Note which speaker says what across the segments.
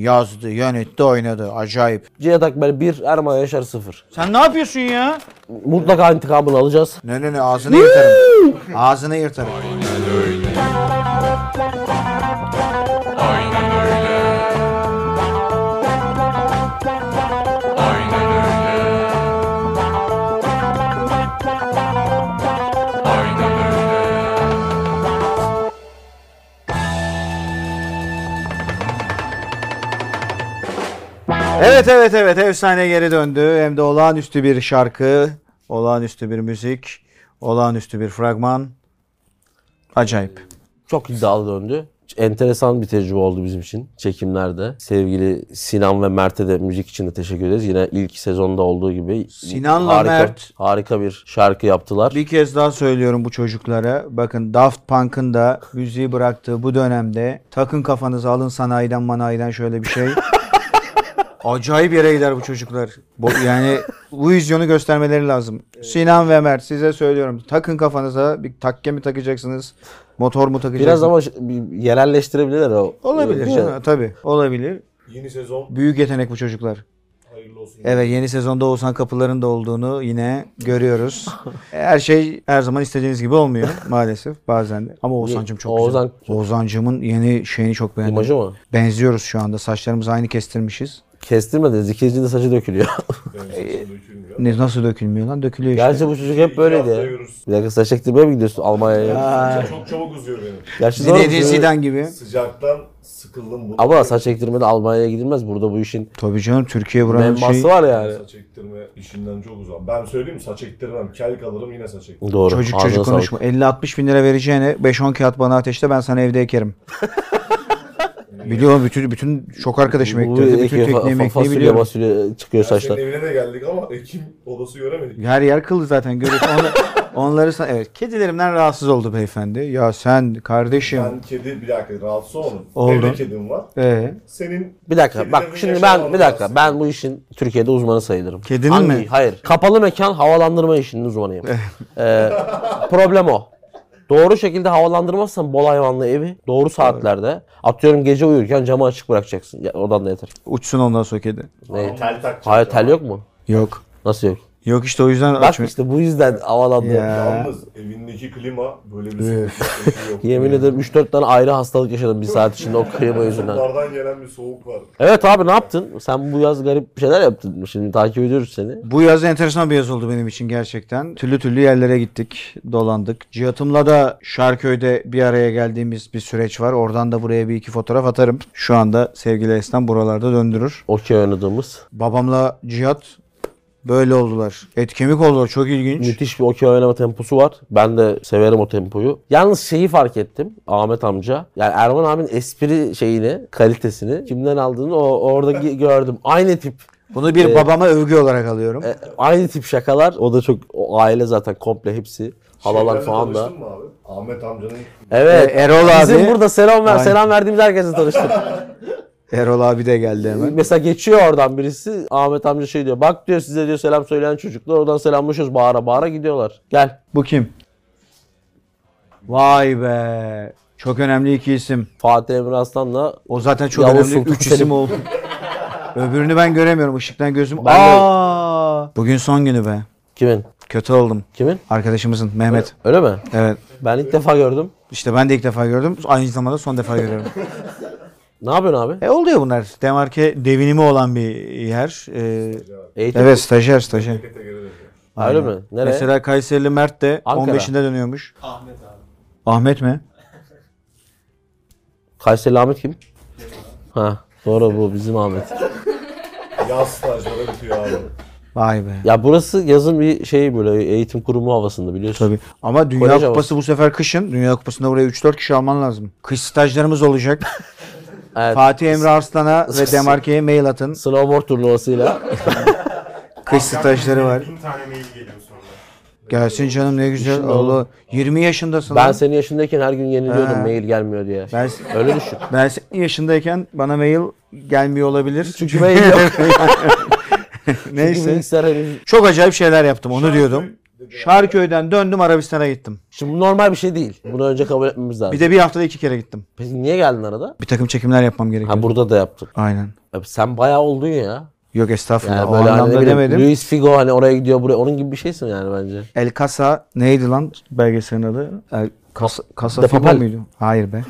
Speaker 1: Yazdı, yönetti, oynadı. Acayip.
Speaker 2: Cihat Akbel 1, Erman Yaşar 0.
Speaker 1: Sen ne yapıyorsun ya?
Speaker 2: Mutlaka intikamını alacağız.
Speaker 1: Ne ne ne ağzını yırtarım. Ağzını yırtarım. Evet evet evet efsane geri döndü. Hem de olağanüstü bir şarkı, olağanüstü bir müzik, olağanüstü bir fragman. Acayip.
Speaker 2: Çok iddialı döndü. Enteresan bir tecrübe oldu bizim için çekimlerde. Sevgili Sinan ve Mert'e de müzik için de teşekkür ederiz. Yine ilk sezonda olduğu gibi
Speaker 1: Sinan'la
Speaker 2: harika,
Speaker 1: Mert.
Speaker 2: harika bir şarkı yaptılar.
Speaker 1: Bir kez daha söylüyorum bu çocuklara. Bakın Daft Punk'ın da müziği bıraktığı bu dönemde takın kafanızı alın sanayiden manayiden şöyle bir şey. Acayip yere gider bu çocuklar. Bu- yani bu vizyonu göstermeleri lazım. Sinan ve Mert size söylüyorum. Takın kafanıza bir takke mi takacaksınız? Motor mu takacaksınız?
Speaker 2: Biraz ama ş- bir yerelleştirebilirler o.
Speaker 1: Olabilir
Speaker 2: Şey-
Speaker 1: canım, tabii. Olabilir.
Speaker 3: Yeni sezon
Speaker 1: Büyük yetenek bu çocuklar.
Speaker 3: hayırlı olsun.
Speaker 1: Evet yeni sezonda Oğuzhan Kapılar'ın da olduğunu yine görüyoruz. Her şey her zaman istediğiniz gibi olmuyor maalesef bazen de. Ama Oğuzhan'cım çok
Speaker 2: Oğuzhan-
Speaker 1: güzel. Oğuzhan'cımın yeni şeyini çok beğendim.
Speaker 2: İmajı mı?
Speaker 1: Benziyoruz şu anda. Saçlarımızı aynı kestirmişiz.
Speaker 2: Kestirmediniz. İkinci de saçı dökülüyor. Ee,
Speaker 1: Ne, nasıl dökülmüyor lan? Dökülüyor işte.
Speaker 2: Gerçi bu çocuk hep böyleydi.
Speaker 3: hafta
Speaker 2: ya.
Speaker 3: yürürsün.
Speaker 2: Bir dakika saç ektirmeye mi gidiyorsun Almanya'ya?
Speaker 3: Çok çabuk uzuyor benim.
Speaker 2: Gerçi doğru.
Speaker 1: Zinedine Zidane gibi.
Speaker 3: Sıcaktan sıkıldım bu.
Speaker 2: Ama saç ektirme de Almanya'ya gidilmez. Burada bu işin
Speaker 1: Tabii canım Türkiye buranın
Speaker 2: memması
Speaker 1: şey.
Speaker 2: var yani.
Speaker 3: Saç ektirme işinden çok uzağım. Ben söyleyeyim mi? saç ektirmem. Kel kalırım yine saç ektirmem.
Speaker 2: Doğru.
Speaker 1: Çocuk
Speaker 2: Ağzına
Speaker 1: çocuk
Speaker 2: sağlık.
Speaker 1: konuşma. 50-60 bin lira vereceğine 5-10 kağıt bana ateşle ben sana evde ekerim. Biliyorum bütün bütün çok arkadaşım
Speaker 2: Bu
Speaker 1: ektirdi. Bütün
Speaker 2: ekiyor, fa-
Speaker 1: tekniği
Speaker 2: fa-
Speaker 1: mekniği
Speaker 2: fasulye
Speaker 1: biliyorum.
Speaker 2: masulye çıkıyor
Speaker 3: Yani
Speaker 2: saçlar.
Speaker 3: senin evine de geldik ama Ekim odası göremedik.
Speaker 1: Her yer kıl zaten görüyorsun. Onla- onları sana... Evet kedilerimden rahatsız oldu beyefendi. Ya sen kardeşim.
Speaker 3: Ben kedi bir dakika rahatsız olmadım.
Speaker 1: Oldu.
Speaker 3: Evde kedim var.
Speaker 1: Ee,
Speaker 3: Senin
Speaker 2: Bir dakika bak
Speaker 3: kedilerin
Speaker 2: şimdi ben
Speaker 3: yaşamını
Speaker 2: bir dakika
Speaker 3: anlarsın.
Speaker 2: ben bu işin Türkiye'de uzmanı sayılırım.
Speaker 1: Kedinin mi?
Speaker 2: Hayır. Kapalı mekan havalandırma işinin uzmanıyım. Ee, problem o. Doğru şekilde havalandırmazsan bol hayvanlı evi doğru saatlerde atıyorum gece uyurken camı açık bırakacaksın. Ya, odanda yatar.
Speaker 1: uçsun ondan sonra kedi.
Speaker 2: Ne?
Speaker 3: tel takacak.
Speaker 2: Hayır tel yok mu?
Speaker 1: Yok.
Speaker 2: Nasıl yok?
Speaker 1: Yok işte o yüzden
Speaker 2: Bak
Speaker 1: açmıyor.
Speaker 2: işte bu yüzden havalandırma.
Speaker 1: Ya.
Speaker 3: Yalnız evindeki klima böyle bir soğuk yok.
Speaker 2: Yemin ederim 3-4 tane ayrı hastalık yaşadım bir saat içinde o klima yüzünden.
Speaker 3: Bunlardan gelen bir soğuk var.
Speaker 2: Evet abi ne yaptın? Sen bu yaz garip bir şeyler yaptın. Şimdi takip ediyoruz seni.
Speaker 1: Bu yaz enteresan bir yaz oldu benim için gerçekten. Türlü türlü yerlere gittik, dolandık. Cihat'ımla da Şarköy'de bir araya geldiğimiz bir süreç var. Oradan da buraya bir iki fotoğraf atarım. Şu anda sevgili Esnaf buralarda döndürür.
Speaker 2: Okey oynadığımız.
Speaker 1: Babamla Cihat böyle oldular. Et kemik oldular. Çok ilginç.
Speaker 2: Müthiş bir okey oynama temposu var. Ben de severim o tempoyu. Yalnız şeyi fark ettim. Ahmet amca. Yani Erman abinin espri şeyini, kalitesini kimden aldığını o, orada gi- gördüm. Aynı tip.
Speaker 1: Bunu bir babama övgü olarak alıyorum.
Speaker 2: e, Aynı tip şakalar. O da çok o aile zaten komple hepsi. Halalar
Speaker 3: Şeylerle
Speaker 2: falan da.
Speaker 3: tanıştın mı abi? Ahmet amcanın
Speaker 2: Evet.
Speaker 1: E, Erol
Speaker 2: Bizim
Speaker 1: abi-
Speaker 2: burada selam ver,
Speaker 1: Aynen.
Speaker 2: selam verdiğimiz herkesle tanıştık.
Speaker 1: Erol abi de geldi hemen.
Speaker 2: Mesela geçiyor oradan birisi. Ahmet amca şey diyor. Bak diyor size diyor selam söyleyen çocuklar. Oradan selamlaşıyoruz. Bağıra bağıra gidiyorlar. Gel.
Speaker 1: Bu kim? Vay be. Çok önemli iki isim.
Speaker 2: Fatih Emre Aslan'la
Speaker 1: O zaten çok
Speaker 2: Yavuz
Speaker 1: önemli.
Speaker 2: Sultan
Speaker 1: Üç
Speaker 2: Selim.
Speaker 1: isim oldu. Öbürünü ben göremiyorum ışıktan gözüm.
Speaker 2: Ben de-
Speaker 1: Aa! Bugün son günü be.
Speaker 2: kimin?
Speaker 1: Kötü oldum.
Speaker 2: Kimin?
Speaker 1: Arkadaşımızın Mehmet.
Speaker 2: Öyle mi?
Speaker 1: Evet.
Speaker 2: Ben ilk defa gördüm.
Speaker 1: İşte ben de ilk defa gördüm. Aynı zamanda son defa görüyorum.
Speaker 2: Ne yapıyorsun abi?
Speaker 1: e oluyor bunlar. Demarke devinimi olan bir yer. Ee,
Speaker 2: Eğitim.
Speaker 1: evet stajyer stajyer.
Speaker 3: kete geri dönüyor.
Speaker 2: Öyle mi? Nereye?
Speaker 1: Mesela Kayserili Mert de
Speaker 2: Ankara.
Speaker 1: 15'inde dönüyormuş. Ahmet abi. Ahmet mi?
Speaker 2: Kayseri Ahmet kim? Ha. Doğru bu bizim Ahmet.
Speaker 3: Yaz stajları bitiyor abi.
Speaker 1: Vay be.
Speaker 2: Ya burası yazın bir şey böyle eğitim kurumu havasında biliyorsun.
Speaker 1: Tabii. Ama Dünya
Speaker 2: Kolej
Speaker 1: Kupası bu sefer kışın. Dünya Kupası'nda buraya 3-4 kişi alman lazım. Kış stajlarımız olacak.
Speaker 2: Evet.
Speaker 1: Fatih Emre Arslan'a ve Demarke'ye mail atın.
Speaker 2: Snowboard turnuvasıyla.
Speaker 1: Kış stajları var.
Speaker 4: Bin tane mail geliyor sonra.
Speaker 1: Gelsin canım ne güzel. Allah 20 yaşındasın.
Speaker 2: ben
Speaker 1: lan.
Speaker 2: senin yaşındayken her gün yeniliyordum
Speaker 1: Ha.
Speaker 2: mail gelmiyor diye.
Speaker 1: Ben,
Speaker 2: Öyle düşün.
Speaker 1: ben senin yaşındayken bana mail gelmiyor olabilir.
Speaker 2: Çünkü mail yok.
Speaker 1: Neyse.
Speaker 2: Bilgisayar henüz
Speaker 1: Çok acayip şeyler yaptım onu diyordum. Şarköy'den döndüm Arabistan'a gittim.
Speaker 2: Şimdi bu normal bir şey değil. Bunu önce kabul etmemiz lazım.
Speaker 1: Bir de bir haftada iki kere gittim.
Speaker 2: Peki niye geldin arada?
Speaker 1: Bir takım çekimler yapmam gerekiyor.
Speaker 2: Ha burada da yaptık.
Speaker 1: Aynen.
Speaker 2: Abi sen bayağı oldun ya.
Speaker 1: Yok estağfurullah.
Speaker 2: Yani
Speaker 1: o
Speaker 2: böyle hani ne
Speaker 1: anlamda
Speaker 2: bileyim,
Speaker 1: demedim.
Speaker 2: Luis Figo hani oraya gidiyor buraya. Onun gibi bir şeysin yani bence.
Speaker 1: El Casa neydi lan belgeselin adı? El Casa, Casa
Speaker 2: The
Speaker 1: Figo
Speaker 2: Papel.
Speaker 1: muydu? Hayır be.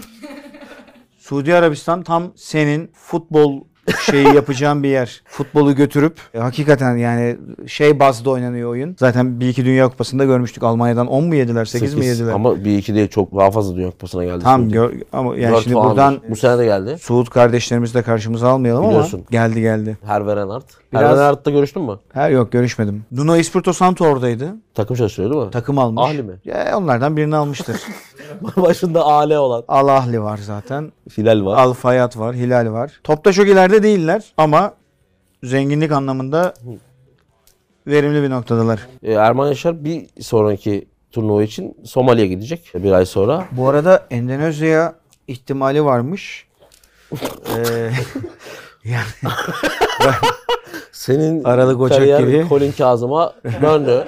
Speaker 1: Suudi Arabistan tam senin futbol şeyi yapacağın bir yer. Futbolu götürüp e, hakikaten yani şey bazda oynanıyor oyun. Zaten bir iki Dünya Kupası'nda görmüştük. Almanya'dan 10 mu yediler, 8, mi
Speaker 2: Sekiz.
Speaker 1: yediler?
Speaker 2: Ama bir iki değil çok daha fazla Dünya Kupası'na geldi.
Speaker 1: Tam
Speaker 2: Suudi.
Speaker 1: gör, ama yani
Speaker 2: Dört
Speaker 1: şimdi
Speaker 2: puandır.
Speaker 1: buradan
Speaker 2: Bu sene de geldi.
Speaker 1: Suud kardeşlerimizi de karşımıza almayalım
Speaker 2: Biliyorsun.
Speaker 1: ama geldi geldi.
Speaker 2: Herveren Art.
Speaker 1: Biraz-
Speaker 2: Herveren Art'ta görüştün mü?
Speaker 1: Her yok görüşmedim. Nuno Espirito Santo oradaydı.
Speaker 2: Takım çalışıyor değil mi?
Speaker 1: Takım almış.
Speaker 2: Ahli mi?
Speaker 1: Ya, onlardan birini almıştır.
Speaker 2: Başında Ale olan.
Speaker 1: Al Ahli var zaten.
Speaker 2: Filal var.
Speaker 1: Al Fayat var, Hilal var. Topta çok ileride değiller ama zenginlik anlamında verimli bir noktadalar.
Speaker 2: Ee, Erman Yaşar bir sonraki turnuva için Somali'ye gidecek bir ay sonra.
Speaker 1: Bu arada Endonezya ihtimali varmış. Ee, yani
Speaker 2: Senin
Speaker 1: Aralık, Ocak
Speaker 2: kariyer
Speaker 1: gibi.
Speaker 2: Colin Kazım'a döndü.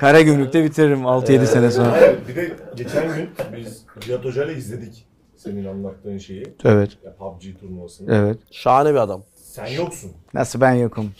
Speaker 1: kara gümrükte bitiririm 6-7 sene sonra.
Speaker 5: Hayır, bir de geçen gün biz Cihat Hoca'yla izledik senin anlattığın şeyi.
Speaker 1: Evet,
Speaker 5: Ya PUBG turnuvasını.
Speaker 1: evet.
Speaker 2: Şahane bir adam.
Speaker 5: Sen yoksun.
Speaker 1: Nasıl ben yokum?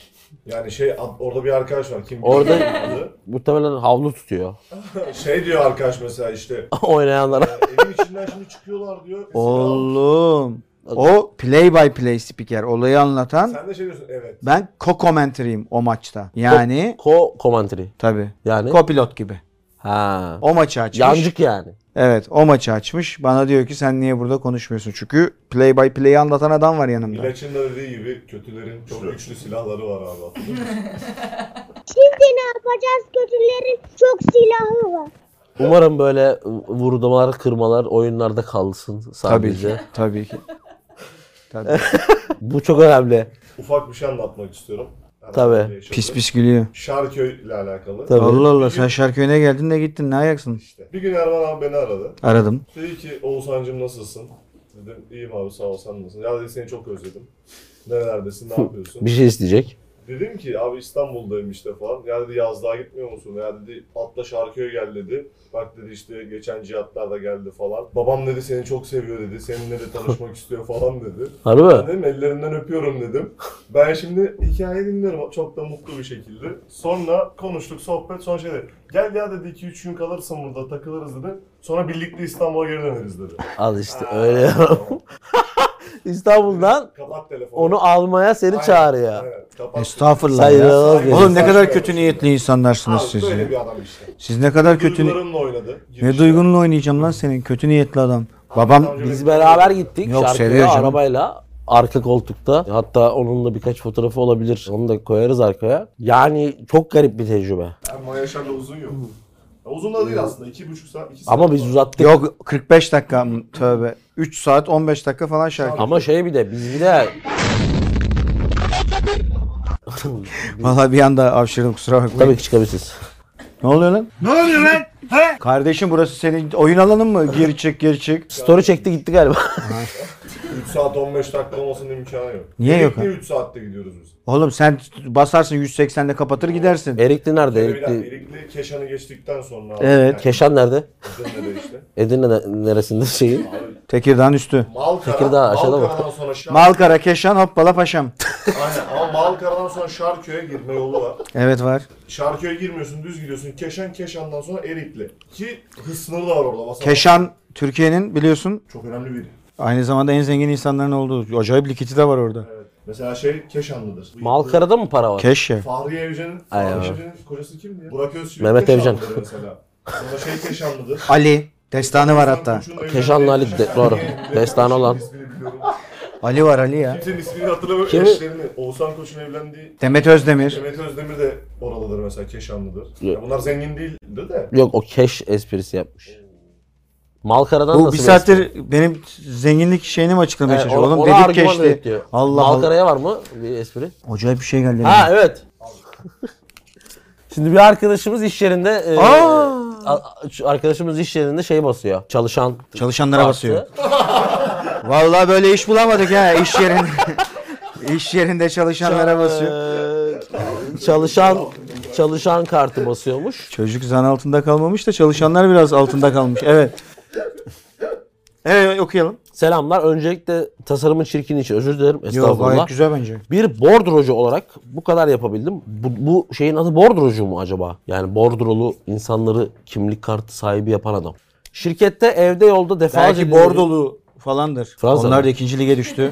Speaker 5: Yani şey ad- orada bir arkadaş var. Kim
Speaker 2: Orada-
Speaker 5: bilir
Speaker 2: Muhtemelen havlu tutuyor.
Speaker 5: adı. Şey diyor arkadaş mesela işte.
Speaker 2: Oynayanlara.
Speaker 5: Evin içinden şimdi çıkıyorlar diyor. Mesela
Speaker 1: Oğlum. O play by play spiker olayı anlatan
Speaker 5: Sen de şey diyorsun evet.
Speaker 1: ben co-commentary'im o maçta. Yani
Speaker 2: Ko komantri.
Speaker 1: tabii.
Speaker 2: Yani.
Speaker 1: Co-pilot gibi.
Speaker 2: ha.
Speaker 1: O maçı açmış.
Speaker 2: Yancık yani.
Speaker 1: Evet o maçı açmış. Bana diyor ki sen niye burada konuşmuyorsun? Çünkü play by play'i anlatan adam var yanımda.
Speaker 5: İlaç'ın da dediği gibi kötülerin çok güçlü silahları var abi. hatırlıyor musun?
Speaker 4: Şimdi ne yapacağız? Kötülerin çok silahı var.
Speaker 2: Umarım böyle vurdumalar, kırmalar oyunlarda kalsın
Speaker 1: Tabii ki.
Speaker 2: sadece.
Speaker 1: Tabii ki. Tabii.
Speaker 2: Bu çok önemli.
Speaker 5: Ufak bir şey anlatmak istiyorum. Herhalde
Speaker 2: Tabii.
Speaker 5: yaşadım.
Speaker 1: pis pis gülüyor.
Speaker 5: Şarköy ile alakalı.
Speaker 2: Tabii.
Speaker 1: Allah Allah sen Şarköy'üne geldin ne gittin ne ayaksın?
Speaker 5: İşte. Bir gün Erman abi beni aradı.
Speaker 1: Aradım.
Speaker 5: Dedi ki Oğuzhan'cım nasılsın? Dedim iyiyim abi sağ ol sen nasılsın? Ya dedi seni çok özledim. Nerelerdesin ne yapıyorsun?
Speaker 2: Bir şey isteyecek.
Speaker 5: Dedim ki abi İstanbul'dayım işte falan. Ya dedi yazlığa gitmiyor musun? Ya dedi atla Şarköy'e gel dedi. Bak dedi işte geçen cihatlar da geldi falan. Babam dedi seni çok seviyor dedi. Seninle de tanışmak istiyor falan dedi.
Speaker 2: Harbi mi?
Speaker 5: Ben dedim ellerinden öpüyorum dedim. Ben şimdi hikaye dinliyorum çok da mutlu bir şekilde. Sonra konuştuk sohbet sonra şey dedi. Gel ya dedi 2-3 gün kalırsın burada takılırız dedi. Sonra birlikte İstanbul'a geri döneriz dedi.
Speaker 2: Al işte
Speaker 5: Aa,
Speaker 2: öyle yapalım. İstanbul'dan
Speaker 5: Kapat telefonu.
Speaker 2: onu almaya seni
Speaker 5: Aynen,
Speaker 2: çağırıyor.
Speaker 5: aynen, kapat.
Speaker 1: Estağfurullah
Speaker 2: Sen
Speaker 1: ya.
Speaker 2: inanılmaz bir
Speaker 1: Oğlum ne
Speaker 2: insan.
Speaker 1: kadar kötü niyetli insanlarsınız
Speaker 5: Abi
Speaker 1: siz
Speaker 5: böyle
Speaker 1: ya.
Speaker 5: bir adam işte.
Speaker 1: Siz ne kadar kötü ni-
Speaker 5: Duygularımla oynadı.
Speaker 1: Ne
Speaker 5: Girişte.
Speaker 1: duygunla oynayacağım lan senin kötü niyetli adam. Babam
Speaker 2: Biz beraber gittik
Speaker 1: Yok,
Speaker 2: şarkıya
Speaker 1: seviyor canım.
Speaker 2: arabayla. Arka koltukta. Hatta onunla birkaç fotoğrafı olabilir. Onu da koyarız arkaya. Yani çok garip bir tecrübe.
Speaker 5: Erman Yaşar'la uzun yok.
Speaker 1: Hmm.
Speaker 5: Ya uzun da değil aslında. iki buçuk saat. iki saat
Speaker 2: Ama biz
Speaker 5: var.
Speaker 2: uzattık.
Speaker 1: yok 45 dakika mı? tövbe. 3 saat 15 dakika falan şarkı.
Speaker 2: Ama şey bir de biz bir de
Speaker 1: Valla bir anda avşırdım kusura bakmayın.
Speaker 2: tabii ki çıkabilirsiniz.
Speaker 1: Ne oluyor lan? Ne oluyor lan? Kardeşim burası senin oyun alanın mı? Gir çık gir çık.
Speaker 2: Story çekti gitti galiba.
Speaker 5: Üç saat 15 dakika olmasının imkanı yok.
Speaker 1: Niye yok
Speaker 5: Niye 3 saatte gidiyoruz biz?
Speaker 1: Oğlum sen basarsın 180'de kapatır gidersin.
Speaker 2: Erikli nerede?
Speaker 5: Böyle bir dakika,
Speaker 2: Erikli.
Speaker 5: Erikli Keşan'ı geçtikten sonra. abi,
Speaker 1: Evet.
Speaker 5: Yani,
Speaker 2: Keşan nerede?
Speaker 5: Edirne'de işte.
Speaker 2: Edirne ne- neresinde şeyin?
Speaker 1: Tekirdağ'ın üstü.
Speaker 5: Malkara.
Speaker 2: Tekirdağ, aşağıda bak.
Speaker 5: Malkara'dan sonra Şarköy.
Speaker 1: Malkara, Keşan, Hoppala, Paşam.
Speaker 5: Aynen ama Malkara'dan sonra Şarköy'e girme yolu var.
Speaker 1: Evet var.
Speaker 5: Şarköy'e girmiyorsun düz gidiyorsun. Keşan Keşan'dan sonra Erikli. Ki hız sınırı da var orada. Basamak.
Speaker 1: Keşan Türkiye'nin biliyorsun
Speaker 5: Çok önemli biri.
Speaker 1: aynı zamanda en zengin insanların olduğu. Acayip likiti de var orada.
Speaker 5: Evet. Mesela şey Keşanlıdır. Bu-
Speaker 2: Malkara'da mı para var?
Speaker 1: Keşke.
Speaker 5: Fahriye Evcen'in
Speaker 2: Ay,
Speaker 5: Fahriye
Speaker 2: ay.
Speaker 5: Evcen'in kocası kimdi? ya? Burak Özçivit.
Speaker 2: Mehmet
Speaker 5: Keşanlıdır Mesela. Sonra şey Keşanlıdır.
Speaker 1: Ali. Destanı var hatta.
Speaker 2: Keşanlı Ali, de- doğru. Destanı olan.
Speaker 5: İsmini biliyorum.
Speaker 1: Ali var Ali ya.
Speaker 5: Kimsenin ismini hatırlamıyorum.
Speaker 2: Kimi?
Speaker 5: Eşlerini. Oğuzhan Koç'un evlendiği
Speaker 1: Demet Özdemir.
Speaker 5: Mehmet Özdemir de oralıdır mesela Keşanlıdır.
Speaker 2: Yok.
Speaker 5: Ya bunlar zengin değildir de.
Speaker 2: Yok o keş esprisi yapmış. Malkara'dan
Speaker 1: Bu
Speaker 2: nasıl
Speaker 1: bir saattir benim zenginlik şeyini mi açıklamaya
Speaker 2: espri?
Speaker 1: çalışıyor?
Speaker 2: Ona-
Speaker 1: Oğlum
Speaker 2: ona
Speaker 1: dedik
Speaker 2: argüman
Speaker 1: keşti.
Speaker 2: üretiyor.
Speaker 1: Allah Allah.
Speaker 2: Malkara'ya var mı bir espri?
Speaker 1: Acayip bir şey geldi.
Speaker 2: Ha evet. Şimdi bir arkadaşımız iş yerinde e, a- şu arkadaşımız iş yerinde şey basıyor. Çalışan
Speaker 1: Çalışanlara
Speaker 2: artı.
Speaker 1: basıyor. Vallahi böyle iş bulamadık ha iş yerinde. iş yerinde çalışanlara basıyor.
Speaker 2: Ee, E, çalışan çalışan kartı basıyormuş.
Speaker 1: Çocuk zan altında kalmamış da çalışanlar biraz altında kalmış. Evet. Evet okuyalım.
Speaker 2: Selamlar. Öncelikle tasarımın çirkini için özür dilerim.
Speaker 1: Yok
Speaker 2: Estağfurullah.
Speaker 1: gayet güzel bence.
Speaker 2: Bir bordrocu olarak bu kadar yapabildim. Bu, bu şeyin adı bordrocu mu acaba? Yani bordrolu insanları kimlik kartı sahibi yapan adam. Şirkette evde yolda defalarca
Speaker 1: Belki
Speaker 2: dinlediğim-
Speaker 1: Bordolu falandır.
Speaker 2: Fransa'da.
Speaker 1: Onlar da ikinci lige düştü.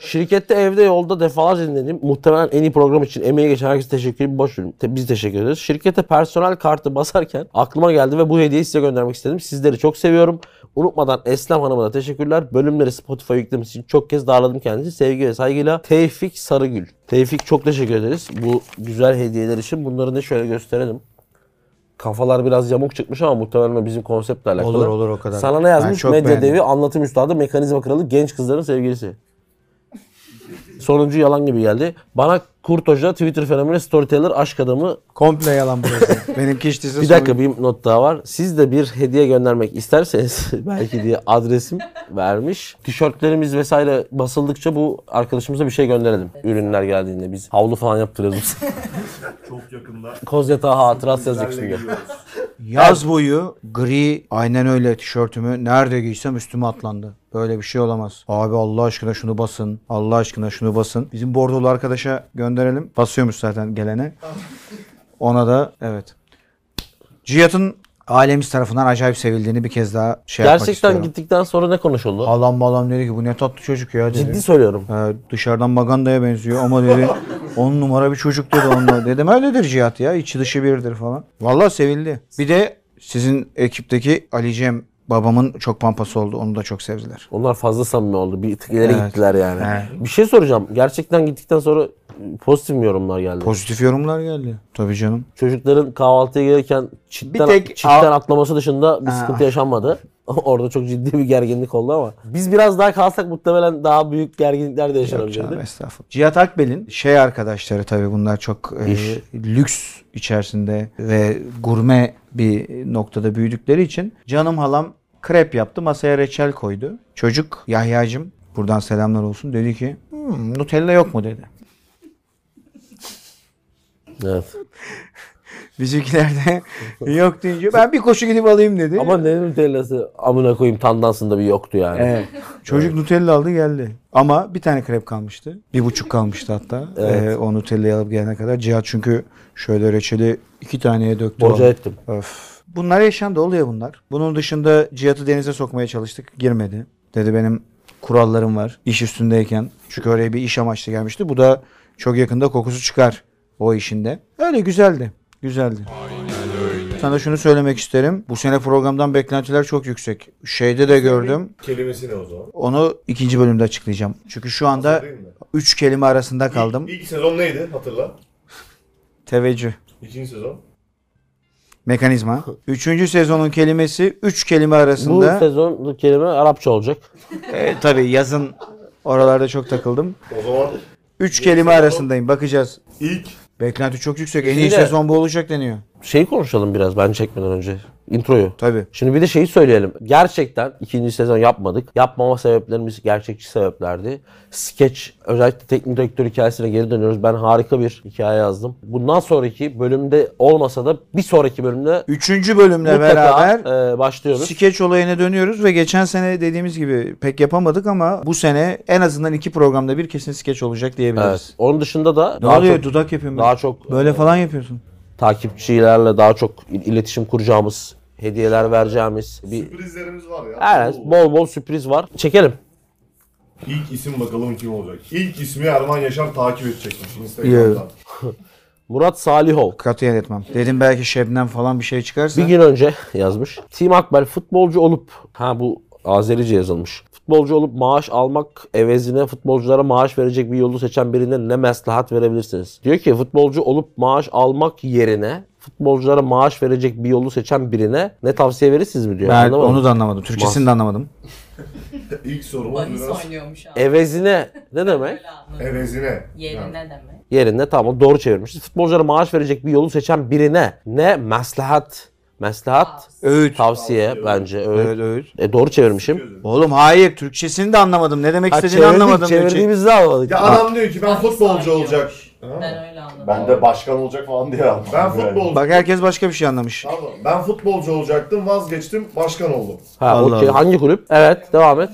Speaker 2: Şirkette evde yolda defalarca dinledim. Muhtemelen en iyi program için emeği geçen herkese teşekkür ederim. Boş verin. Te- biz teşekkür ederiz. Şirkete personel kartı basarken aklıma geldi ve bu hediyeyi size göndermek istedim. Sizleri çok seviyorum. Unutmadan Eslem Hanım'a da teşekkürler. Bölümleri Spotify yüklemesi için çok kez darladım kendisi. Sevgi ve saygıyla Tevfik Sarıgül. Tevfik çok teşekkür ederiz bu güzel hediyeler için. Bunları da şöyle gösterelim. Kafalar biraz yamuk çıkmış ama muhtemelen bizim konseptle alakalı.
Speaker 1: Olur, olur, o kadar.
Speaker 2: Sana ne
Speaker 1: Ben
Speaker 2: yazmış?
Speaker 1: çok
Speaker 2: Medya
Speaker 1: beğendim.
Speaker 2: devi, anlatım üstadı, mekanizma kralı, genç kızların sevgilisi. Sonuncu yalan gibi geldi. Bana Kurt Hoca, Twitter fenomeni, storyteller, aşk adamı.
Speaker 1: Komple yalan burası. Benimki işte
Speaker 2: Bir dakika bir not daha var. Siz de bir hediye göndermek isterseniz belki diye adresim vermiş. Tişörtlerimiz vesaire basıldıkça bu arkadaşımıza bir şey gönderelim. Ürünler geldiğinde biz havlu falan yaptırırız.
Speaker 3: Çok yakında.
Speaker 2: Koz yatağı hatırat yazdık şimdi.
Speaker 3: gidiyoruz.
Speaker 1: Yaz boyu gri aynen öyle tişörtümü nerede giysem üstüme atlandı. Böyle bir şey olamaz. Abi Allah aşkına şunu basın. Allah aşkına şunu basın. Bizim bordolu arkadaşa gönderelim. Basıyormuş zaten gelene. Ona da evet. Cihat'ın ailemiz tarafından acayip sevildiğini bir kez daha şey yapmak
Speaker 2: Gerçekten
Speaker 1: istiyorum.
Speaker 2: gittikten sonra ne konuşuldu?
Speaker 1: Halam malam dedi ki bu ne tatlı çocuk ya dedi.
Speaker 2: Ciddi söylüyorum.
Speaker 1: Ee, dışarıdan magandaya benziyor ama dedi on numara bir çocuk dedi onunla. Dedim öyledir Cihat ya içi dışı birdir falan. Vallahi sevildi. Bir de sizin ekipteki Ali Cem babamın çok pampası oldu. Onu da çok sevdiler.
Speaker 2: Onlar fazla samimi oldu. Bir tık ileri
Speaker 1: Evet.
Speaker 2: gittiler yani.
Speaker 1: Evet.
Speaker 2: Bir şey soracağım. Gerçekten gittikten sonra pozitif mi yorumlar geldi?
Speaker 1: Pozitif yorumlar geldi. Tabii canım.
Speaker 2: Çocukların kahvaltıya gelirken çitten,
Speaker 1: Bir tek-
Speaker 2: çitten atlaması dışında bir sıkıntı yaşanmadı. Orada çok ciddi bir gerginlik oldu ama. Biz biraz daha kalsak muhtemelen daha büyük gerginlikler de
Speaker 1: Yok canım,
Speaker 2: yaşanabilirdi.
Speaker 1: estağfurullah. Cihat Akbel'in şey arkadaşları tabii bunlar çok e,
Speaker 2: İş.
Speaker 1: lüks içerisinde ve gurme bir noktada büyüdükleri için canım halam krep yaptı masaya reçel koydu. Çocuk Yahya'cım buradan selamlar olsun dedi ki "Hmm, Nutella yok mu dedi.
Speaker 2: Evet.
Speaker 1: Bizimkiler de yok deyince ben bir koşu gidip alayım dedi.
Speaker 2: Ama ne Nutella'sı amına koyayım tandansında bir yoktu yani.
Speaker 1: Evet. Çocuk Nutella aldı geldi. Ama bir tane krep kalmıştı. Bir buçuk kalmıştı hatta. Ee, o Nutella'yı alıp gelene kadar. Cihat çünkü şöyle reçeli iki taneye döktü.
Speaker 2: Borca
Speaker 1: Vallahi.
Speaker 2: ettim.
Speaker 1: Öf. Bunlar yaşandı oluyor bunlar. Bunun dışında Cihat'ı denize sokmaya çalıştık. Girmedi. Dedi benim kurallarım var. İş üstündeyken. Çünkü oraya bir iş amaçlı gelmişti. Bu da çok yakında kokusu çıkar o işinde. Öyle güzeldi. Güzeldi. Sana şunu söylemek isterim. Bu sene programdan beklentiler çok yüksek. Şeyde de gördüm.
Speaker 3: Kelimesi ne o zaman?
Speaker 1: Onu ikinci bölümde açıklayacağım. Çünkü şu anda
Speaker 3: Değil mi?
Speaker 1: üç kelime arasında kaldım.
Speaker 3: İlk, ilk sezon neydi hatırla.
Speaker 1: Teveccüh.
Speaker 3: İkinci sezon.
Speaker 1: Mekanizma. Üçüncü sezonun kelimesi üç kelime
Speaker 2: Bu
Speaker 1: arasında.
Speaker 2: sezon kelime Arapça olacak.
Speaker 1: E, tabii yazın oralarda çok takıldım.
Speaker 3: O zaman
Speaker 1: Üç kelime arasındayım bakacağız.
Speaker 3: ilk
Speaker 1: Beklenti çok yüksek. En iyi
Speaker 2: Şimdi-
Speaker 1: sezon bu olacak deniyor.
Speaker 2: Şeyi Şey konuşalım biraz ben çekmeden önce. Introyu.
Speaker 1: Tabii.
Speaker 2: Şimdi bir de şeyi söyleyelim. Gerçekten ikinci sezon yapmadık. Yapmama sebeplerimiz gerçekçi sebeplerdi. Skeç, özellikle teknik direktör hikayesine geri dönüyoruz. Ben harika bir hikaye yazdım. Bundan sonraki bölümde olmasa da bir sonraki bölümde
Speaker 1: Üçüncü bölümle
Speaker 2: mutlaka
Speaker 1: beraber
Speaker 2: e, başlıyoruz.
Speaker 1: skeç olayına dönüyoruz ve geçen sene dediğimiz gibi pek yapamadık ama bu sene en azından iki programda bir kesin skeç olacak
Speaker 2: Evet.
Speaker 1: diyebiliriz.
Speaker 2: Onun dışında da
Speaker 1: Ne
Speaker 2: daha
Speaker 1: oluyor
Speaker 2: çok
Speaker 1: dudak yapıyorum ben.
Speaker 2: daha çok-
Speaker 1: Böyle falan yapıyorsun.
Speaker 2: takipçilerle daha çok il- iletişim kuracağımız, hediyeler vereceğimiz bir
Speaker 3: sürprizlerimiz var ya.
Speaker 2: Evet,
Speaker 3: Oo.
Speaker 2: bol bol sürpriz var. Çekelim.
Speaker 3: İlk isim bakalım kim olacak. İlk ismi Erman Yaşar takip edecekmiş Instagram'dan.
Speaker 2: Murat Salihov.
Speaker 1: Katiyen etmem. Dedim belki Şebnem falan bir şey çıkarsa.
Speaker 2: Bir gün önce yazmış. Tim Akbel futbolcu olup, ha bu Azerice yazılmış. Futbolcu olup maaş almak evezine futbolculara maaş verecek bir yolu seçen birine ne maslahat verebilirsiniz? Diyor ki futbolcu olup maaş almak yerine futbolculara maaş verecek bir yolu seçen birine ne tavsiye verirsiniz mi diyor.
Speaker 1: ben
Speaker 2: Anlamadım.
Speaker 1: onu da anlamadım. Türkçesini de anlamadım.
Speaker 3: İlk sorumuz
Speaker 6: Bahis
Speaker 3: biraz
Speaker 6: oynuyormuş abi.
Speaker 2: Evezine ne demek?
Speaker 6: Öyle anladım.
Speaker 3: Evezine.
Speaker 6: Yerine demek.
Speaker 2: Yerine tamam o doğru çevirmiş. Futbolculara maaş verecek bir yolu seçen birine ne maslahat? Maslahat
Speaker 1: Öğüt.
Speaker 2: tavsiye bence. öğüt.
Speaker 1: Evet öğüt.
Speaker 2: E, doğru çevirmişim.
Speaker 1: Oğlum hayır Türkçesini de anlamadım. Ne demek
Speaker 2: Ha,
Speaker 1: istediğini
Speaker 2: çevirdik,
Speaker 1: anlamadım. Türkçe-
Speaker 2: çevirdiğimizde anladık.
Speaker 3: Ya adam diyor ki ben futbolcu olacak.
Speaker 5: Ha.
Speaker 7: Ben öyle anladım.
Speaker 6: Ben de başkan olacak falan diye aldım.
Speaker 5: Ben futbolcu.
Speaker 1: Bak herkes başka bir şey anlamış.
Speaker 5: Pardon, ben futbolcu olacaktım, vazgeçtim, başkan oldum.
Speaker 2: Ha,
Speaker 1: Allah
Speaker 2: okey.
Speaker 1: Allah.
Speaker 2: Hangi kulüp? Evet devam et.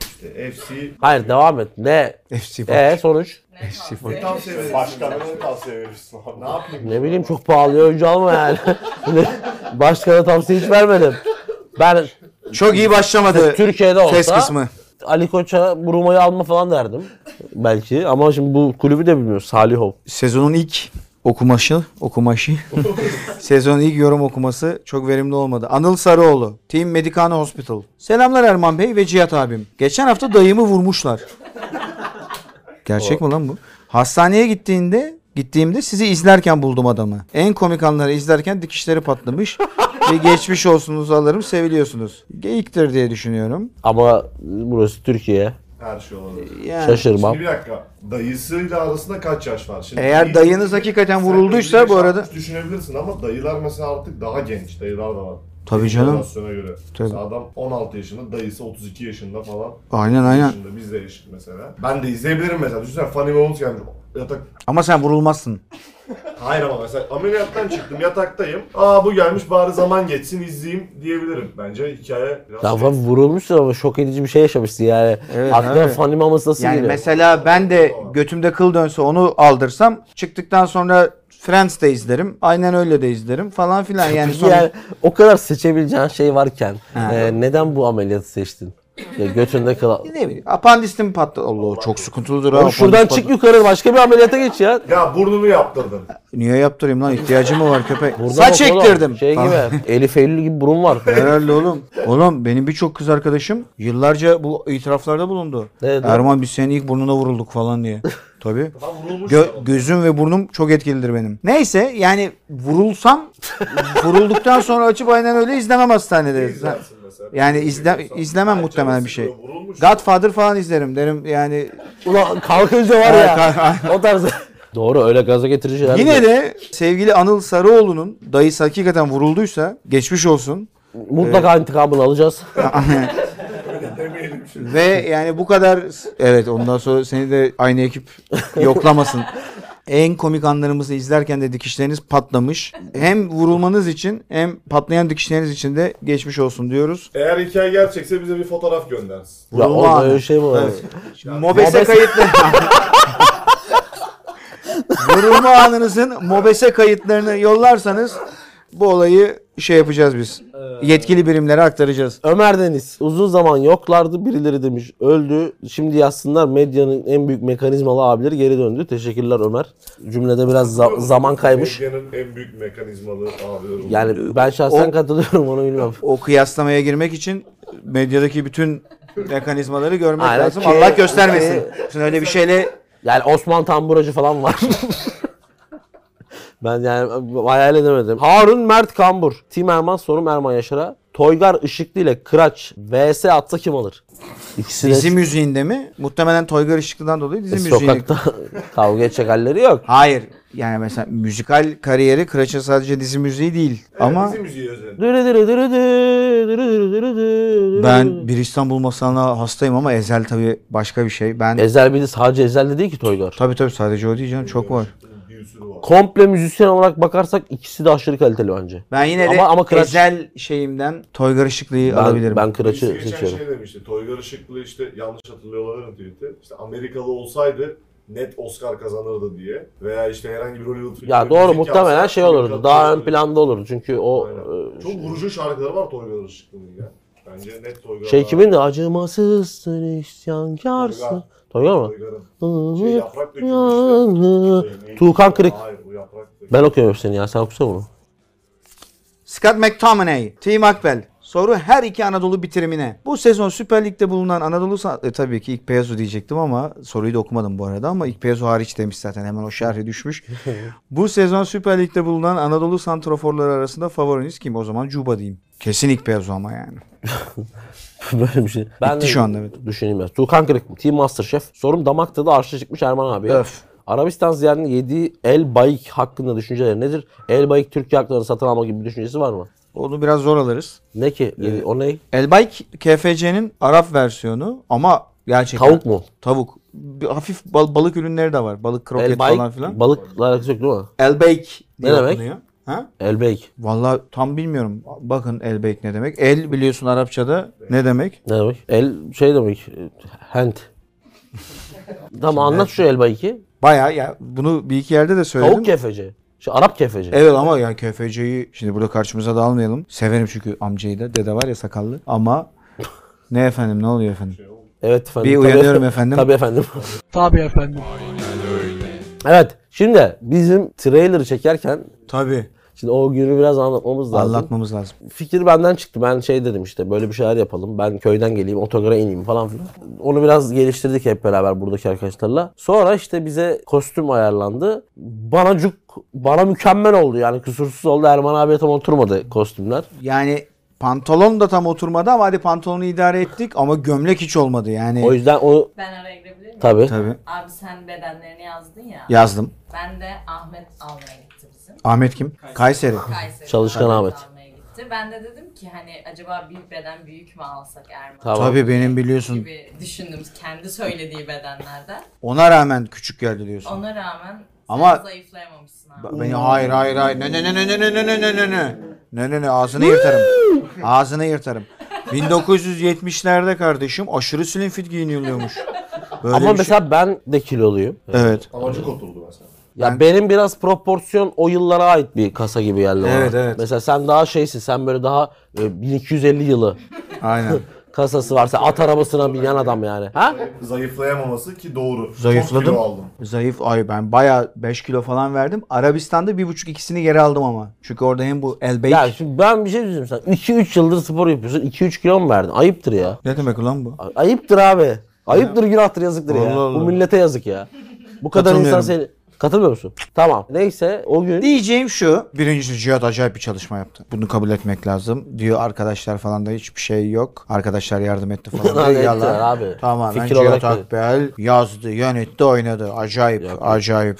Speaker 5: İşte FC
Speaker 2: Hayır devam et. Ne?
Speaker 1: FC Fenerbahçe.
Speaker 2: E sonuç?
Speaker 7: Ne tavsiye?
Speaker 5: tavsiye verirsin.
Speaker 6: Başkana ne tavsiye verirsin abi?
Speaker 5: Ne yapayım?
Speaker 2: Ne bileyim çok pahalı oyuncu alma yani. Başkana tavsiye hiç vermedim. Ben
Speaker 1: Çok iyi başlamadı.
Speaker 2: Türkiye'de olsa
Speaker 1: Ses kısmı.
Speaker 2: Ali Koç'a Bruma'yı alma falan derdim. Belki ama şimdi bu kulübü de bilmiyoruz. Salihov.
Speaker 1: Sezonun ilk okumaşı, okumaşı. Sezonun ilk yorum okuması çok verimli olmadı. Anıl Sarıoğlu, Team Medicana Hospital. Selamlar Erman Bey ve Cihat abim. Geçen hafta dayımı vurmuşlar. Gerçek mi lan bu? Hastaneye gittiğinde gittiğimde sizi izlerken buldum adamı. En komik anları izlerken dikişleri patlamış. ve geçmiş olsunuz alırım seviliyorsunuz. Geyiktir diye düşünüyorum.
Speaker 2: Ama burası Türkiye.
Speaker 5: Her şey olabilir.
Speaker 1: Yani,
Speaker 2: Şaşırmam.
Speaker 5: Şimdi bir dakika. Dayısıyla arasında kaç yaş var? Şimdi
Speaker 1: Eğer
Speaker 5: iyi-
Speaker 1: dayınız hakikaten
Speaker 5: Sen
Speaker 1: vurulduysa
Speaker 5: 55,
Speaker 1: bu arada
Speaker 5: 60 düşünebilirsin ama dayılar mesela artık daha genç. Dayılar da var.
Speaker 1: Tabii
Speaker 5: Bir
Speaker 1: canım.
Speaker 5: Jenerasyona göre.
Speaker 1: Tabii.
Speaker 5: Mesela adam 16 yaşında, dayısı 32 yaşında falan.
Speaker 1: aynen aynen.
Speaker 5: Yaşında, biz de eşit mesela. Ben de izleyebilirim mesela. Düşünsene Fanny Williams gelmiş. Yatak...
Speaker 1: Ama sen vurulmazsın.
Speaker 5: Hayır ama mesela ameliyattan çıktım yataktayım. Aa bu gelmiş bari zaman geçsin izleyeyim diyebilirim. Bence hikaye biraz...
Speaker 2: Tamam vurulmuşsun ama şok edici bir şey yaşamışsın yani.
Speaker 1: Evet,
Speaker 2: Aklına
Speaker 1: abi.
Speaker 2: Fanny Mamas nasıl
Speaker 1: Yani
Speaker 2: geliyor?
Speaker 1: mesela ben de götümde kıl dönse onu aldırsam çıktıktan sonra Friends de izlerim. Aynen öyle de izlerim falan filan. Yani,
Speaker 2: Peki
Speaker 1: sonra-
Speaker 2: yani o kadar seçebileceğin şey varken
Speaker 1: Ha.
Speaker 2: e, neden bu ameliyatı seçtin? Ya götünde kal.
Speaker 1: ne bileyim apandistim patladı. Allah çok sıkıntılıdır. ha,
Speaker 2: Oğlum şuradan
Speaker 1: apandis
Speaker 2: çık
Speaker 1: patla-
Speaker 2: yukarı başka bir ameliyata geç ya.
Speaker 5: Ya burnumu yaptırdın.
Speaker 1: Niye yaptırayım lan ihtiyacım mı var köpek?
Speaker 2: Buradan
Speaker 1: Saç
Speaker 2: bak oğlum,
Speaker 1: ektirdim.
Speaker 2: Şey
Speaker 1: Falan.
Speaker 2: gibi Elif Eylül gibi burun var.
Speaker 1: Herhalde oğlum. Oğlum benim birçok kız arkadaşım yıllarca bu itiraflarda bulundu.
Speaker 2: Ne dedi?
Speaker 1: Erman biz senin ilk burnuna vurulduk falan diye. Tabii.
Speaker 5: Ha vurulmuş.
Speaker 1: Gö-
Speaker 5: ya.
Speaker 1: gözüm ve burnum çok etkilidir benim. Neyse yani vurulsam vurulduktan sonra açıp aynen öyle izlemem hastanede.
Speaker 5: İzlersin mesela.
Speaker 1: Yani izle, izlemem
Speaker 5: Ay,
Speaker 1: muhtemelen
Speaker 5: canı
Speaker 1: bir şey.
Speaker 5: sıkılıyor, Vurulmuş.
Speaker 1: Godfather falan izlerim derim yani.
Speaker 2: Ulan kalkınca var
Speaker 1: Evet,
Speaker 2: ya. o tarz. Doğru öyle gaza getirici şeyler.
Speaker 1: Yine
Speaker 2: yok.
Speaker 1: de sevgili Anıl Sarıoğlu'nun dayısı hakikaten vurulduysa geçmiş olsun.
Speaker 2: Mutlaka intikamını alacağız.
Speaker 5: Demeyelim şimdi.
Speaker 1: Ve yani bu kadar evet ondan sonra seni de aynı ekip yoklamasın. En komik anlarımızı izlerken de dikişleriniz patlamış. Hem vurulmanız için hem patlayan dikişleriniz için de geçmiş olsun diyoruz.
Speaker 5: Eğer hikaye gerçekse bize bir fotoğraf göndersin.
Speaker 2: ya
Speaker 1: Vurulma
Speaker 2: oğlum
Speaker 1: anı.
Speaker 2: öyle şey mi var?
Speaker 1: Evet. Mobese
Speaker 2: Mobese-
Speaker 1: kayıtlı. Vurulma anınızın mobese kayıtlarını yollarsanız bu olayı şey yapacağız biz. Yetkili birimlere aktaracağız.
Speaker 2: Ömer Deniz uzun zaman yoklardı birileri demiş öldü şimdi yazsınlar medyanın en büyük mekanizmalı abileri geri döndü teşekkürler Ömer cümlede biraz za- zaman kaymış
Speaker 5: Medyanın en büyük mekanizmalı abileri.
Speaker 2: yani ben şahsen katılıyorum onu bilmem
Speaker 1: O kıyaslamaya girmek için medyadaki bütün mekanizmaları görmek
Speaker 2: Aynen. Şey, e,
Speaker 1: lazım.
Speaker 2: Ki-
Speaker 1: Allah göstermesin. Şimdi öyle bir şeyle
Speaker 2: yani Osman Tamburacı falan var ben yani hayal edemedim Harun Mert Kambur Timerman sorum Erman Yaşar'a Toygar Işıklı ile Kıraç VS atsa kim alır? İkisi de
Speaker 1: dizi müziğinde mi? Muhtemelen Toygar Işıklı'dan dolayı dizi müziğini
Speaker 2: E, sokakta kavga edecek halleri yok.
Speaker 1: Hayır. Yani mesela müzikal kariyeri Kıraç'ın sadece dizi müziği değil. Ama
Speaker 5: Bizim müziği özel.
Speaker 2: Dırı dırı dırı dırı, dırı dırı dırı dırı.
Speaker 1: ben bir İstanbul masalına hastayım ama Ezel tabii başka bir şey. Ben
Speaker 2: Ezel bir de sadece Ezel'de değil ki Toygar.
Speaker 1: Tabii tabii sadece o değil canım çok var.
Speaker 5: Bir sürü var.
Speaker 2: Komple müzisyen olarak bakarsak ikisi de aşırı kaliteli bence.
Speaker 1: Ben yine de
Speaker 2: Ama- ama Kıraç-
Speaker 1: Ezel şeyimden Toygar Işıklı'yı
Speaker 2: Ben,
Speaker 1: alabilirim.
Speaker 2: ben
Speaker 5: Birisi
Speaker 2: Kıraç'ı
Speaker 5: geçen
Speaker 2: seçiyorum.
Speaker 5: şey demişti. Toygar Işıklı işte yanlış hatırlıyor olabilirim tweet'i. İşte Amerikalı olsaydı net Oscar kazanırdı diye. Veya işte herhangi bir Hollywood filmi.
Speaker 2: Ya doğru muhtemelen şey olurdu. Daha ön planda olurdu çünkü o e,
Speaker 5: Çok vurucu şarkıları var Toygar Işıklı'nın ya. Bence net Toygar.
Speaker 2: şey kimin de acımasızsın isyankarsın. Toygar mı?
Speaker 5: Toygar'ın. Şey yaprak dökülmüştü.
Speaker 2: Yanı-
Speaker 5: Şey, neydi?
Speaker 2: Tuğkan Kırık.
Speaker 5: Hayır bu yaprak dökülmüştü.
Speaker 2: Ben okuyorum hepsini ya sen okusana bunu.
Speaker 1: Scott McTominay, Tim Akbel. Soru her iki Anadolu bitirimine. Bu sezon Süper Lig'de bulunan Anadolu sa- e, tabii ki ilk Peyazu diyecektim ama soruyu da okumadım bu arada ama ilk Peyazu hariç demiş zaten hemen o şerhe düşmüş. bu sezon Süper Lig'de bulunan Anadolu santroforları arasında favoriniz kim? O zaman Cuba diyeyim. Kesin ilk Peyazu ama yani.
Speaker 2: Böyle bir şey. Ben
Speaker 1: Bitti şu anda, evet.
Speaker 2: Düşüneyim ya. Tuğkan Kırık, Team Masterchef. Sorum damak tadı arşa çıkmış Erman abi.
Speaker 1: Öf.
Speaker 2: Arabistan ziyaretinin yediği el bayık hakkında düşünceleri nedir? El bayık Türkiye haklarını satın alma gibi bir düşüncesi var mı?
Speaker 1: Onu biraz zor alırız.
Speaker 2: Ne ki?
Speaker 1: Ee,
Speaker 2: Yedi- o ne?
Speaker 1: Elbayk KFC'nin Arap versiyonu ama gerçekten
Speaker 2: Tavuk mu?
Speaker 1: Tavuk. bir hafif bal- balık ürünleri de var. Balık kroket
Speaker 2: Elbay,
Speaker 1: falan filan.
Speaker 2: balıkla alakası yok değil mi?
Speaker 1: Elbeyk diye
Speaker 2: Ne demek?
Speaker 1: okunuyor. Ha?
Speaker 2: Elbeyk.
Speaker 1: Vallahi tam bilmiyorum. Bakın elbeyk ne demek? El biliyorsun Arapçada ne demek?
Speaker 2: Ne demek? El şey demek. e, Hand. tamam anlat şu elbeyki.
Speaker 1: Bayağı ya bunu bir iki yerde de söyledim.
Speaker 2: Tavuk kefeci. Şu Arap kefeci.
Speaker 1: Evet ama yani KFC'yi şimdi burada karşımıza da almayalım. Severim çünkü amcayı da. Dede var ya sakallı. Ama ne efendim ne oluyor efendim?
Speaker 2: Evet efendim.
Speaker 1: Bir
Speaker 2: Tabii
Speaker 1: uyanıyorum efendim.
Speaker 2: Tabii efendim.
Speaker 6: Tabii efendim.
Speaker 2: evet. Şimdi bizim trailer'ı çekerken
Speaker 1: Tabii.
Speaker 2: Şimdi o günü biraz anlatmamız lazım.
Speaker 1: Anlatmamız lazım.
Speaker 2: Fikir benden çıktı. Ben şey dedim işte böyle bir şeyler yapalım. Ben köyden geleyim, otogara ineyim falan filan. Onu biraz geliştirdik hep beraber buradaki arkadaşlarla. Sonra işte bize kostüm ayarlandı. Bana cuk, bana mükemmel oldu yani kusursuz oldu. Erman abiye tam oturmadı kostümler.
Speaker 1: Yani pantolon da tam oturmadı ama hadi pantolonu idare ettik ama gömlek hiç olmadı yani.
Speaker 2: O yüzden o
Speaker 7: Ben araya girebilir miyim?
Speaker 2: tabii.
Speaker 1: Tabii.
Speaker 7: Abi sen bedenlerini yazdın ya.
Speaker 1: Yazdım.
Speaker 7: Ben de Ahmet almaya gitti bizim.
Speaker 1: Ahmet kim? Kayseri.
Speaker 7: Kayseri
Speaker 2: Çalışkan Ahmet.
Speaker 7: almaya gitti. Ben de dedim ki hani acaba bir beden büyük mü alsak Erman?
Speaker 2: Tamam.
Speaker 1: Tabii benim biliyorsun.
Speaker 7: gibi düşündüm kendi söylediği bedenlerden.
Speaker 1: Ona rağmen küçük geldi diyorsun.
Speaker 7: Ona rağmen
Speaker 1: Ama-
Speaker 7: sen zayıflayamamışsın abi.
Speaker 1: Beni hayır hayır hayır. Ne ne ne ne ne ne ne ne ne ne ne. Ne ne ne ağzını yırtarım. Ağzını yırtarım. 1970'lerde kardeşim aşırı slim fit giyiniliyormuş. Böyle
Speaker 2: Ama
Speaker 1: bir şey-
Speaker 2: mesela ben de kiloluyum.
Speaker 1: Evet.
Speaker 5: Amacı kurtuldu mesela.
Speaker 2: Ya benim biraz proporsiyon o yıllara ait bir kasa gibi geldi bana.
Speaker 1: Evet, evet.
Speaker 2: Mesela sen daha şeysin. Sen böyle daha e, 1250 yılı
Speaker 1: Aynen.
Speaker 2: kasası varsa at arabasına binen adam yani. Ha?
Speaker 5: Zayıflayamaması ki doğru. Çok
Speaker 1: Zayıfladım.
Speaker 5: kilo aldım.
Speaker 1: Zayıf ay ben bayağı 5 kilo falan verdim. Arabistan'da 1,5 ikisini geri aldım ama. Çünkü orada hem bu el bey.
Speaker 2: Ya şimdi ben bir şey diyeceğim sana. 2-3 yıldır spor yapıyorsun. 2-3 kilo mu verdin? Ayıptır ya.
Speaker 1: Ne demek ulan bu?
Speaker 2: Ay- Ayıptır abi. Ayıptır, günahtır, yazıktır ya.
Speaker 1: Allah Allah.
Speaker 2: Bu millete yazık ya. Bu kadar insan
Speaker 1: Katılmıyorum.
Speaker 2: seni... Katılmıyor musun? Tamam. Neyse o gün...
Speaker 1: Diyeceğim şu. Birincisi Cihat acayip bir çalışma yaptı. Bunu kabul etmek lazım. Diyor arkadaşlar falan da hiçbir şey yok. Arkadaşlar yardım etti falan.
Speaker 2: Hadi
Speaker 1: diyor. Yalan.
Speaker 2: ettiler abi.
Speaker 1: Tamamen
Speaker 2: Fikir
Speaker 1: Cihat
Speaker 2: olarak da-
Speaker 1: Akbel yazdı, yönetti, oynadı. Acayip, acayip,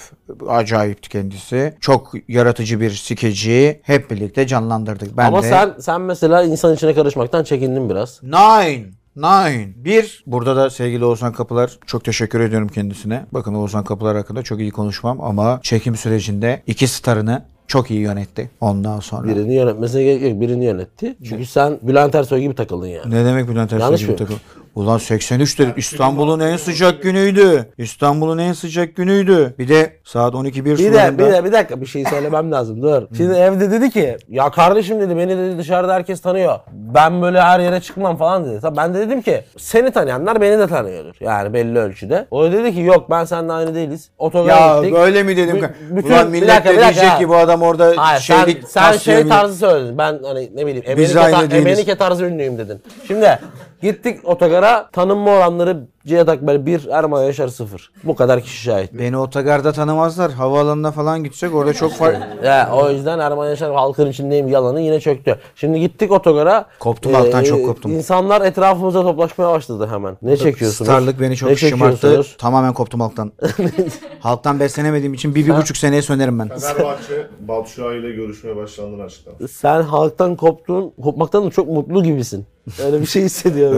Speaker 1: acayipti kendisi. Çok yaratıcı bir skeci. Hep birlikte canlandırdık. Ben
Speaker 2: Ama
Speaker 1: de...
Speaker 2: sen sen mesela insan içine karışmaktan çekindin biraz.
Speaker 1: Nine. Nine. Bir. Burada da sevgili Oğuzhan Kapılar. Çok teşekkür ediyorum kendisine. Bakın Oğuzhan Kapılar hakkında çok iyi konuşmam ama çekim sürecinde iki starını çok iyi yönetti. Ondan sonra.
Speaker 2: Birini yönetmesine gerek yok. Birini yönetti. Çünkü sen Bülent Ersoy gibi takıldın yani.
Speaker 1: Ne demek Bülent Ersoy
Speaker 2: Yanlış
Speaker 1: gibi
Speaker 2: mı?
Speaker 1: takım? Ulan 83 dedik. İstanbul'un en sıcak günüydü. İstanbul'un en sıcak günüydü. Bir de saat 12 bir
Speaker 2: Bir de,
Speaker 1: sularında.
Speaker 2: bir de bir dakika bir şey söylemem lazım dur. Şimdi evde dedi ki ya kardeşim dedi beni dedi dışarıda herkes tanıyor. Ben böyle her yere çıkmam falan dedi. Tabii ben de dedim ki seni tanıyanlar beni de tanıyordur. Yani belli ölçüde. O da dedi ki yok ben seninle aynı değiliz. Otogara
Speaker 1: Ya
Speaker 2: gittik.
Speaker 1: böyle mi dedim?
Speaker 2: Bü-
Speaker 1: ki?
Speaker 2: bütün-
Speaker 1: Ulan
Speaker 2: bir
Speaker 1: millet
Speaker 2: dakika, bir
Speaker 1: de
Speaker 2: dakika,
Speaker 1: diyecek
Speaker 2: ha.
Speaker 1: ki bu adam orada
Speaker 2: Hayır
Speaker 1: şeylik
Speaker 2: sen, sen
Speaker 1: tasfiye
Speaker 2: şey
Speaker 1: mi-
Speaker 2: tarzı söyledin. Ben hani ne bileyim
Speaker 1: Biz
Speaker 2: Emenike,
Speaker 1: aynı
Speaker 2: ta-
Speaker 1: değiliz.
Speaker 2: Emenike tarzı ünlüyüm dedin. Şimdi gittik otogara tanınma oranları Cihat Akbel 1, Erman Yaşar 0. Bu kadar kişi şahit.
Speaker 1: Beni otogarda tanımazlar. Havaalanına falan gidecek orada çok fark...
Speaker 2: Ya o yüzden Erman Yaşar halkın içindeyim yalanı yine çöktü. Şimdi gittik otogara.
Speaker 1: Koptum halktan, çok koptum.
Speaker 2: İnsanlar etrafımıza toplaşmaya başladı hemen. Ne çekiyorsunuz?
Speaker 1: Starlık beni çok
Speaker 2: ne
Speaker 1: şımarttı.
Speaker 2: çekiyorsunuz?
Speaker 1: Tamamen koptum halktan. halktan beslenemediğim için bir, bir buçuk seneye sönerim ben.
Speaker 5: Fenerbahçe Batu Şahin ile görüşmeye başlandığını açıklamış.
Speaker 2: Sen halktan koptuğun, kopmaktan da çok mutlu gibisin. Öyle bir şey hissediyorum.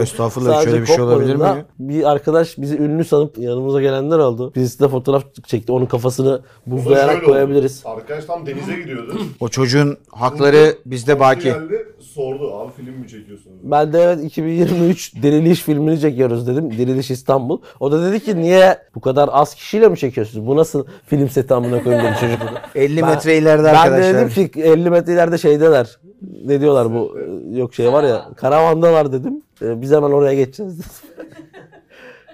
Speaker 1: Estağfurullah, şöyle bir şey
Speaker 2: kopmadığında
Speaker 1: olabilir mi ya?
Speaker 2: Bir arkadaş bizi ünlü sanıp yanımıza gelenler oldu. Biz de fotoğraf çekti. Onun kafasını buzlayarak koyabiliriz.
Speaker 5: Arkadaş tam denize gidiyordu.
Speaker 1: O çocuğun hakları bizde baki.
Speaker 5: Geldi sordu abi film mi çekiyorsunuz?
Speaker 2: Ben de evet 2023 Diriliş filmini çekiyoruz dedim. Diriliş İstanbul. O da dedi ki niye bu kadar az kişiyle mi çekiyorsunuz? Bu nasıl film seti amına koyayım dedi çocuk.
Speaker 1: 50
Speaker 2: Ben-
Speaker 1: metre ileride
Speaker 2: Ben
Speaker 1: arkadaşlar.
Speaker 2: de dedim ki 50 metre ileride şeydeler. Ne diyorlar bu e, yok şey var ya karavandalar dedim. E, Biz hemen oraya geçeceğiz dedim.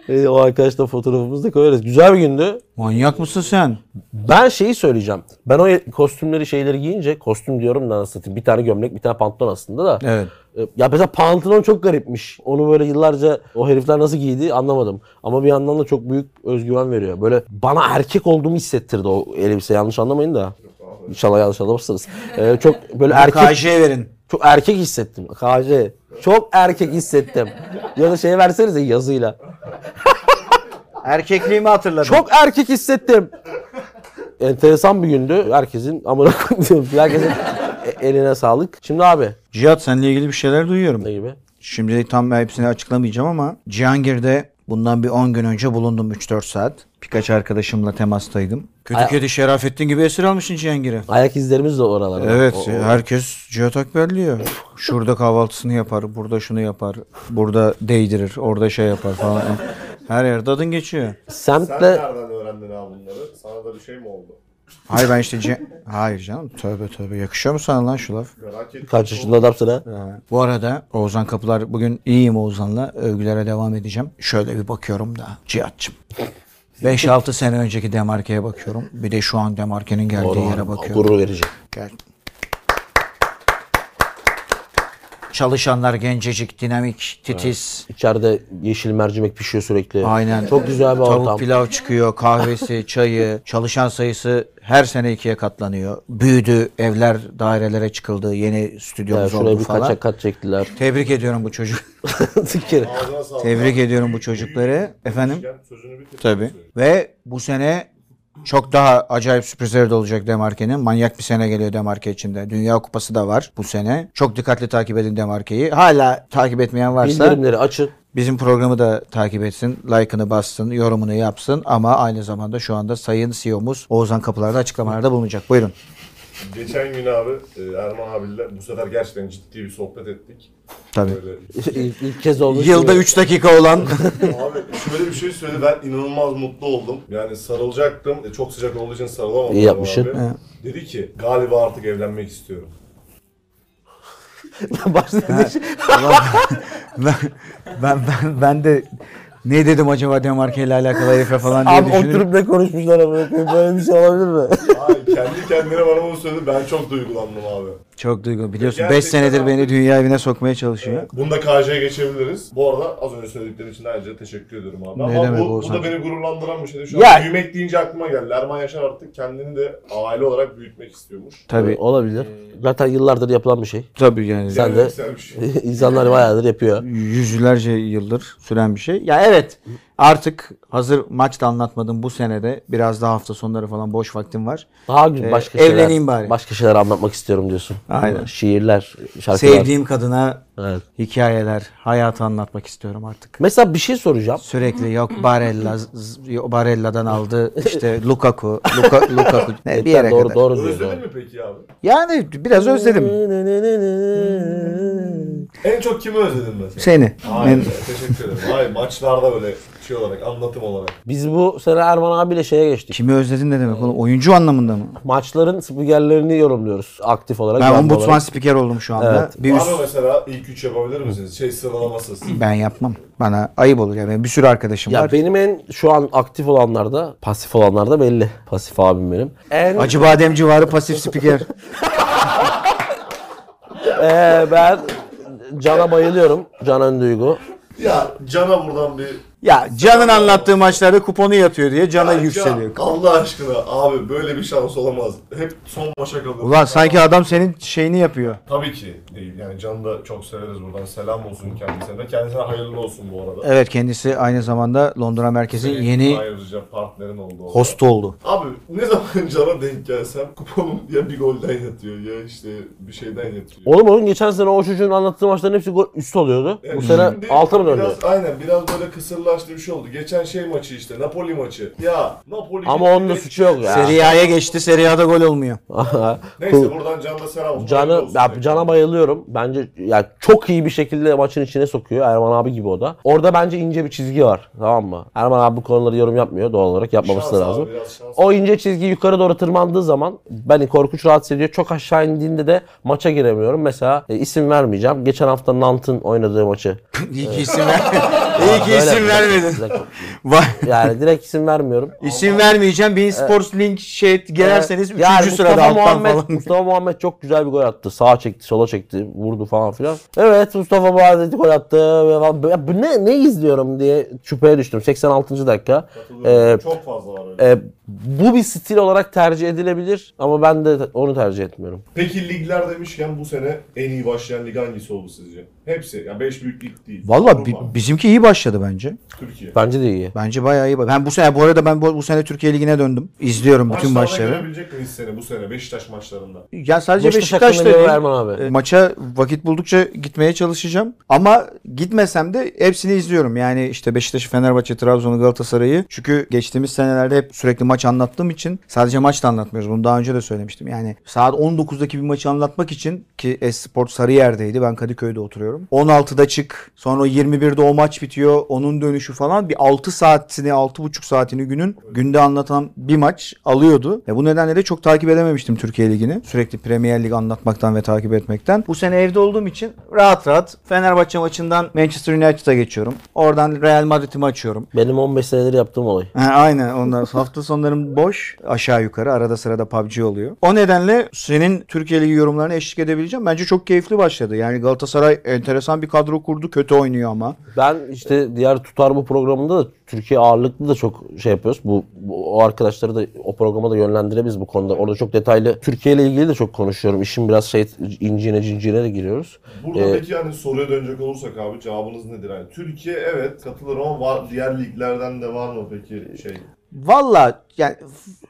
Speaker 2: E, o arkadaşla fotoğrafımızı da koyarız. Güzel bir gündü.
Speaker 1: Manyak mısın sen?
Speaker 2: Ben şeyi söyleyeceğim. Ben o kostümleri şeyleri giyince kostüm diyorum da nasıl satayım. Bir tane gömlek bir tane pantolon aslında da.
Speaker 1: Evet.
Speaker 2: E, Ya mesela pantolon çok garipmiş. Onu böyle yıllarca o herifler nasıl giydi anlamadım. Ama bir yandan da çok büyük özgüven veriyor. Böyle bana erkek olduğumu hissettirdi o elbise. Yanlış anlamayın da. İnşallah yanlış anlamazsınız. E, çok böyle erkek
Speaker 1: KJ'ye verin.
Speaker 2: çok erkek hissettim. KJ. Çok erkek hissettim. ya da şey versenize yazıyla.
Speaker 1: Erkekliğimi hatırladım.
Speaker 2: Çok erkek hissettim. Enteresan bir gündü. Herkesin amına koyduğum. Herkesin e- eline sağlık. Şimdi abi
Speaker 1: Cihat seninle ilgili bir şeyler duyuyorum.
Speaker 2: ne gibi?
Speaker 1: Şimdi tam ben hepsini açıklamayacağım ama Cihangir'de Bundan bir 10 gün önce bulundum 3-4 saat. Birkaç arkadaşımla temastaydım. Kötü
Speaker 2: Ay-
Speaker 1: kedi Şerafettin gibi esir almışsın Cihangir'i.
Speaker 2: Ayak izlerimiz de oralarda.
Speaker 1: Evet
Speaker 2: O- o-
Speaker 1: herkes Cihat Akberliyor. Şurada kahvaltısını yapar, burada şunu yapar, burada değdirir, orada şey yapar falan. Her yerde adın geçiyor.
Speaker 5: Sen
Speaker 2: Semtle
Speaker 5: nereden öğrendin abi bunları? Sana da bir şey mi oldu?
Speaker 1: Hayır ben işte... Cih- Hayır canım tövbe tövbe yakışıyor mu sana lan şu laf?
Speaker 5: Merak ettim.
Speaker 2: kaç yaşında adamsın ha?
Speaker 1: Bu arada Oğuzhan Kapılar bugün iyiyim Oğuzhan'la övgülere devam edeceğim. Şöyle bir bakıyorum da Cihat'cığım. 5-6 sene önceki Demarke'ye bakıyorum. Bir de şu an Demarke'nin geldiği yere bakıyorum.
Speaker 2: Gurur verici.
Speaker 1: Gel. Çalışanlar gencecik, dinamik, titiz.
Speaker 2: İçeride yeşil mercimek pişiyor sürekli.
Speaker 1: Aynen.
Speaker 2: Çok güzel bir
Speaker 1: Tavuk
Speaker 2: ortam.
Speaker 1: pilav çıkıyor, kahvesi, çayı. Çalışan sayısı her sene ikiye katlanıyor. Büyüdü, evler dairelere çıkıldı, yeni
Speaker 2: Yani
Speaker 1: stüdyomuz
Speaker 2: şuraya
Speaker 1: oldu
Speaker 2: bir
Speaker 1: falan.
Speaker 2: kaçak kat çektiler.
Speaker 1: Tebrik ediyorum bu çocuk.
Speaker 2: Sikir.
Speaker 5: Ağzına sağlık.
Speaker 1: Tebrik ediyorum bu çocukları. Efendim?
Speaker 5: Gel, Sözünü bitir.
Speaker 1: Tabii. Ve bu sene çok daha acayip sürprizleri de olacak Demarke'nin. Manyak bir sene geliyor Demarke içinde. Dünya Kupası da var bu sene. Çok dikkatli takip edin Demarke'yi. Hala takip etmeyen varsa
Speaker 2: Bildirimleri açın.
Speaker 1: bizim programı da takip etsin. Like'ını bassın, yorumunu yapsın. Ama aynı zamanda şu anda Sayın CEO'muz Oğuzhan Kapılar'da açıklamalarda bulunacak. Buyurun.
Speaker 5: Geçen gün abi e, Erman abiyle bu sefer gerçekten ciddi bir sohbet ettik.
Speaker 1: Tabii.
Speaker 5: Böyle
Speaker 2: ilk, ilk kez olmuş.
Speaker 1: Yılda 3 dakika olan
Speaker 5: Abi şöyle bir şey söyledi ben inanılmaz mutlu oldum. Yani sarılacaktım. E, Çok sıcak olduğu için sarılamadım.
Speaker 2: İyi yapmışsın.
Speaker 5: abi. Dedi ki galiba artık evlenmek istiyorum.
Speaker 2: Başladı.
Speaker 1: Ulan ben, ben, ben, ben de ne dedim acaba Demarke ile alakalı herife falan diye
Speaker 2: Abi
Speaker 1: düşündüm.
Speaker 2: oturup ne konuşmuşlar ama böyle bir şey olabilir mi?
Speaker 5: Ay kendi kendine bana bunu söyledi. Ben çok duygulandım abi.
Speaker 1: Çok duygu. Biliyorsun 5
Speaker 5: Gerçekten
Speaker 1: senedir
Speaker 5: abi.
Speaker 1: beni dünya evine sokmaya çalışıyor.
Speaker 5: Bunu da KJ'ye geçebiliriz. Bu arada az önce söylediklerin için ayrıca teşekkür ediyorum abi.
Speaker 1: Ne
Speaker 5: Ama
Speaker 1: demek
Speaker 5: bu, bu
Speaker 1: Oğuzhan?
Speaker 5: da beni gururlandıran bir şeydi. Şu
Speaker 2: Ya-
Speaker 5: an büyümek deyince aklıma geldi. Erman Yaşar artık kendini de aile olarak büyütmek istiyormuş.
Speaker 1: Tabii.
Speaker 2: Olabilir. Zaten yıllardır yapılan bir şey.
Speaker 1: Tabii yani.
Speaker 2: Sen
Speaker 5: Yani
Speaker 2: de
Speaker 5: güzel bir şey.
Speaker 2: insanlar bayağıdır yapıyor.
Speaker 1: Yüzlerce yıldır süren bir şey. Ya evet artık hazır maçta anlatmadım bu senede. Biraz daha hafta sonları falan boş vaktim var.
Speaker 2: Daha gü-
Speaker 1: Ee,
Speaker 2: başka şeyler.
Speaker 1: evleneyim bari.
Speaker 2: Başka şeyler anlatmak istiyorum diyorsun.
Speaker 1: Aynen.
Speaker 2: Şiirler, şarkılar.
Speaker 1: Sevdiğim kadına
Speaker 2: Evet.
Speaker 1: hikayeler, hayatı anlatmak istiyorum artık.
Speaker 2: Mesela bir şey soracağım.
Speaker 1: Sürekli yok Barella, z- yok Barella'dan aldı işte Lukaku, Luka- Lukaku. Ne, bir yere
Speaker 2: doğru,
Speaker 1: kadar.
Speaker 2: doğru diyor.
Speaker 5: Özledin mi peki abi?
Speaker 1: Yani biraz özledim
Speaker 5: En çok kimi özledin mesela?
Speaker 1: seni.
Speaker 5: Hayır, teşekkür ederim. Hayır, maçlarda böyle şey olarak, anlatım olarak.
Speaker 2: Biz bu sene Erman abiyle şeye geçtik.
Speaker 1: Kimi özledin ne demek oğlum? Oyuncu anlamında mı?
Speaker 5: Şey
Speaker 2: e,
Speaker 1: şey
Speaker 2: e, Ee,
Speaker 5: şey
Speaker 2: e, Ee, bu bir stil olarak tercih edilebilir ama ben de onu tercih etmiyorum.
Speaker 5: Peki ligler demişken bu sene en iyi başlayan lig hangisi oldu sizce? Hepsi. Ya 5 büyük lig değil.
Speaker 1: Valla
Speaker 5: Avrupa,
Speaker 1: bizimki iyi başladı bence.
Speaker 5: Türkiye.
Speaker 2: Bence de iyi.
Speaker 1: Bence bayağı iyi. Ben bu sene bu arada ben bu, bu sene Türkiye Ligi'ne döndüm. İzliyorum bütün
Speaker 5: Maçlarda
Speaker 1: maçları.
Speaker 5: görebilecek miyiz sene bu sene Beşiktaş maçlarında?
Speaker 1: Ya sadece
Speaker 2: Beşiktaş
Speaker 1: Beşiktaş'ta
Speaker 2: hakkında
Speaker 1: değil.
Speaker 2: bir vermem abi.
Speaker 1: E, Maça vakit buldukça gitmeye çalışacağım. Ama gitmesem de hepsini izliyorum. Yani işte Beşiktaş'ı, Fenerbahçe, Trabzon'u, Galatasaray'ı. Çünkü geçtiğimiz senelerde hep sürekli maç anlattığım için sadece maç da anlatmıyoruz. Bunu daha önce de söylemiştim. Yani saat 19'daki bir maçı anlatmak için ki Esport Sarıyer'deydi. Ben Kadıköy'de oturuyorum. 16'da çık. Sonra 21'de o maç bitiyor. Onun dönüşü falan. Bir 6 saatini, 6,5 saatini günün günde anlatan bir maç alıyordu. Ve bu nedenle de çok takip edememiştim Türkiye Ligi'ni. Sürekli Premier Lig anlatmaktan ve takip etmekten. Bu sene evde olduğum için rahat rahat Fenerbahçe maçından Manchester United'a geçiyorum. Oradan Real Madrid'imi açıyorum.
Speaker 2: Benim 15 senedir yaptığım olay.
Speaker 1: Ha, aynen onlar hafta sonlarım boş aşağı yukarı arada sırada PUBG oluyor. O nedenle senin Türkiye Ligi yorumlarına eşlik edebileceğim. Bence çok keyifli başladı. Yani Galatasaray enteresan bir kadro kurdu. Kötü oynuyor ama.
Speaker 2: Ben işte diğer tutar bu programında da Türkiye ağırlıklı da çok şey yapıyoruz. Bu, bu- o arkadaşları da o programa da yönlendirebiliriz bu konuda. Orada çok detaylı Türkiye ile ilgili de çok konuşuyorum. İşin biraz şey inciğine cinciğine de giriyoruz.
Speaker 5: Burada
Speaker 2: Ee,
Speaker 5: peki yani soruya dönecek olursak abi cevabınız nedir? Yani Türkiye evet katılır ama var, diğer liglerden de var mı peki şey?
Speaker 1: Valla yani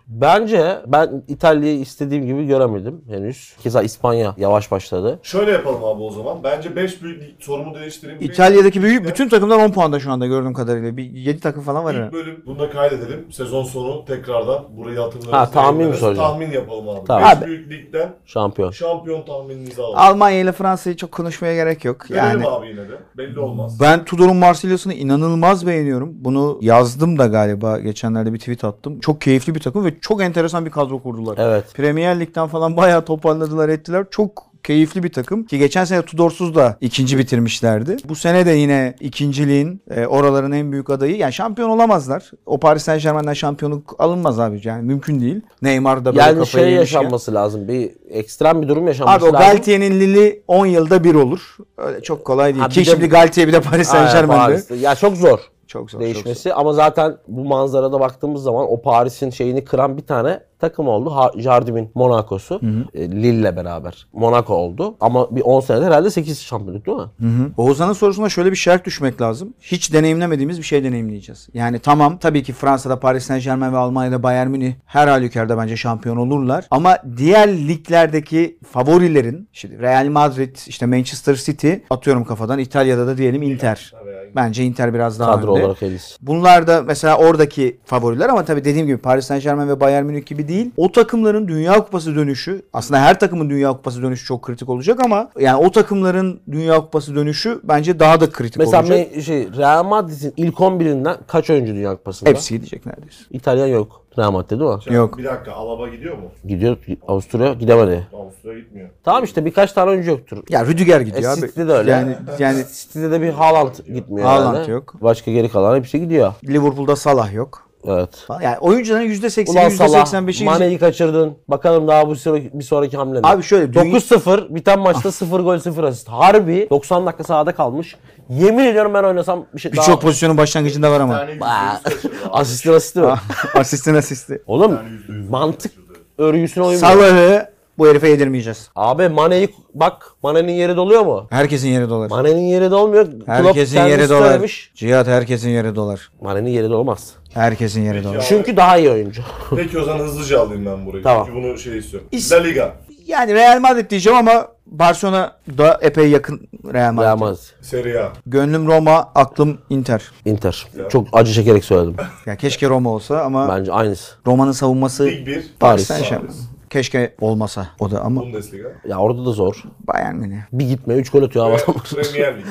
Speaker 2: Bence ben İtalya'yı istediğim gibi göremedim henüz. Keza İspanya yavaş başladı.
Speaker 5: Şöyle yapalım abi o zaman. Bence 5 büyük lig sorumu değiştireyim.
Speaker 1: İtalya'daki büyük bütün takımlar 10 puanda şu anda gördüğüm kadarıyla. Bir 7 takım falan var
Speaker 5: İlk
Speaker 1: herhalde.
Speaker 5: bölüm bunu da kaydedelim. Sezon sonu tekrardan burayı hatırlarız.
Speaker 2: Ha, tahmin mi
Speaker 5: yayınlarız.
Speaker 2: soracağım?
Speaker 5: Tahmin yapalım abi.
Speaker 2: Tamam.
Speaker 5: 5
Speaker 1: Abi.
Speaker 5: büyük ligden
Speaker 2: Şampiyon.
Speaker 5: şampiyon tahmininizi alalım.
Speaker 1: Almanya ile Fransa'yı çok konuşmaya gerek yok.
Speaker 5: Verelim
Speaker 1: Yani
Speaker 5: abi yine de. Belli olmaz.
Speaker 1: ben Tudor'un Marsilya'sını inanılmaz beğeniyorum. Bunu yazdım da galiba geçenlerde bir tweet attım. Çok keyifli bir takım ve çok enteresan bir kadro kurdular.
Speaker 2: Evet.
Speaker 1: Premier Lig'den falan bayağı toparladılar ettiler. Çok keyifli bir takım ki geçen sene Tudorsuz da ikinci bitirmişlerdi. Bu sene de yine ikinciliğin e, oraların en büyük adayı. Yani şampiyon olamazlar. O Paris Saint Germain'den şampiyonluk alınmaz abi. Yani mümkün değil. Neymar da böyle
Speaker 2: Yani
Speaker 1: kafayı
Speaker 2: şey
Speaker 1: yemişken.
Speaker 2: yaşanması lazım. Bir ekstrem bir durum yaşanması
Speaker 1: Abi o
Speaker 2: lazım.
Speaker 1: Galtier'in Lili 10 yılda bir olur. Öyle çok kolay değil.
Speaker 2: Ha,
Speaker 1: Ki
Speaker 2: bir de-
Speaker 1: şimdi Galtier bir de Paris Saint
Speaker 2: Aynen,
Speaker 1: Germain'de.
Speaker 2: Paris'te. Ya çok zor.
Speaker 1: Çok zor.
Speaker 2: değişmesi
Speaker 1: Çok
Speaker 2: ama zaten bu manzarada baktığımız zaman o Paris'in şeyini kıran bir tane takım oldu. Ha- Jardim'in Monaco'su e, Lille'le beraber Monaco oldu. Ama bir 10 senede herhalde 8 şampiyonluk değil mi?
Speaker 1: zor. Hı hı. Oğuzhan'ın sorusuna şöyle bir şerh düşmek lazım. Hiç deneyimlemediğimiz bir şey deneyimleyeceğiz. Yani tamam tabii ki Fransa'da Paris Saint Germain ve Almanya'da Bayern Münih her halükarda bence şampiyon olurlar. Ama diğer liglerdeki favorilerin şimdi Real Madrid, işte Manchester City atıyorum kafadan. İtalya'da da diyelim Inter. Bence Inter biraz daha
Speaker 2: Kadro
Speaker 1: önde.
Speaker 2: olarak Elis.
Speaker 1: Bunlar da mesela oradaki favoriler ama tabii dediğim gibi Paris Saint Germain ve Bayern Münih gibi değil. O takımların Dünya Kupası dönüşü aslında her takımın Dünya Kupası dönüşü çok kritik olacak ama yani o takımların Dünya Kupası dönüşü bence daha da kritik
Speaker 2: Mesela
Speaker 1: olacak.
Speaker 2: me- şey, Real Madrid'in ilk 11'inden kaç oyuncu Dünya Kupası'nda?
Speaker 1: Hepsi gidecek neredeyse.
Speaker 2: İtalyan yok. Real Madrid'de değil mi?
Speaker 1: Yok.
Speaker 5: Bir dakika Alaba gidiyor mu?
Speaker 2: Gidiyor Avusturya gidemedi.
Speaker 5: Avusturya gitmiyor.
Speaker 2: Tamam işte birkaç tane oyuncu yoktur.
Speaker 1: Ya Rüdiger gidiyor
Speaker 2: E,
Speaker 1: abi.
Speaker 2: City'de de öyle.
Speaker 1: Yani yani
Speaker 2: City'de de bir Haaland gitmiyor
Speaker 1: Haaland
Speaker 2: herhalde.
Speaker 1: yok.
Speaker 2: Başka geri kalan hepsi gidiyor.
Speaker 1: Liverpool'da Salah yok.
Speaker 2: Evet.
Speaker 1: falan. Yani oyuncuların %80'i
Speaker 2: Ulan Salah,
Speaker 1: %85'i gidecek.
Speaker 2: Mane'yi kaçırdın. Bakalım daha bu sıra- bir sonraki hamle ne?
Speaker 1: Abi Ah. şöyle dünya-
Speaker 2: 9-0 biten maçta 0 gol 0 asist. Harbi 90 dakika sahada kalmış. Yemin ediyorum ben oynasam bir şey
Speaker 1: Birçok
Speaker 2: daha...
Speaker 1: pozisyonun başlangıcında var ama.
Speaker 5: Yani %100 kaçırdı abi.
Speaker 2: Asistin asisti var.
Speaker 1: Ah. asistin asisti.
Speaker 2: Oğlum
Speaker 5: Yani %100
Speaker 2: mantık
Speaker 5: kaçırdı.
Speaker 2: örgüsüne uymuyor.
Speaker 1: Salah'ı bu herife yedirmeyeceğiz.
Speaker 2: Abi Mane'yi bak Mane'nin yeri doluyor mu?
Speaker 1: Herkesin yeri dolar.
Speaker 2: Mane'nin yeri dolmuyor. Klopp
Speaker 1: Herkesin
Speaker 2: kendisi
Speaker 1: yeri dolar.
Speaker 2: söylemiş.
Speaker 1: Cihat herkesin yeri dolar.
Speaker 2: Mane'nin yeri dolmaz.
Speaker 1: Herkesin yeri dolar.
Speaker 2: Çünkü daha iyi oyuncu.
Speaker 5: Peki o zaman hızlıca alayım ben burayı.
Speaker 2: Tamam.
Speaker 5: Çünkü bunu şey istiyorum.
Speaker 1: İs-
Speaker 5: La Liga.
Speaker 1: Yani Real Madrid diyeceğim ama Barcelona da epey yakın Real Madrid.
Speaker 2: Real Madrid.
Speaker 5: Serie A.
Speaker 1: Gönlüm Roma, aklım Inter.
Speaker 2: Inter. Çok acı çekerek söyledim.
Speaker 1: Ya keşke Roma olsa ama
Speaker 2: Bence aynısı.
Speaker 1: Roma'nın savunması
Speaker 5: Lig 1.
Speaker 1: Paris
Speaker 2: Paris.
Speaker 1: Saint-Germain. Keşke olmasa o da ama
Speaker 5: Bundesliga.
Speaker 2: Ya orada da zor.
Speaker 1: Bayern Münih.
Speaker 2: Bir gitme 3 gol atıyor
Speaker 5: Ve
Speaker 2: adam.
Speaker 5: Premier Lig.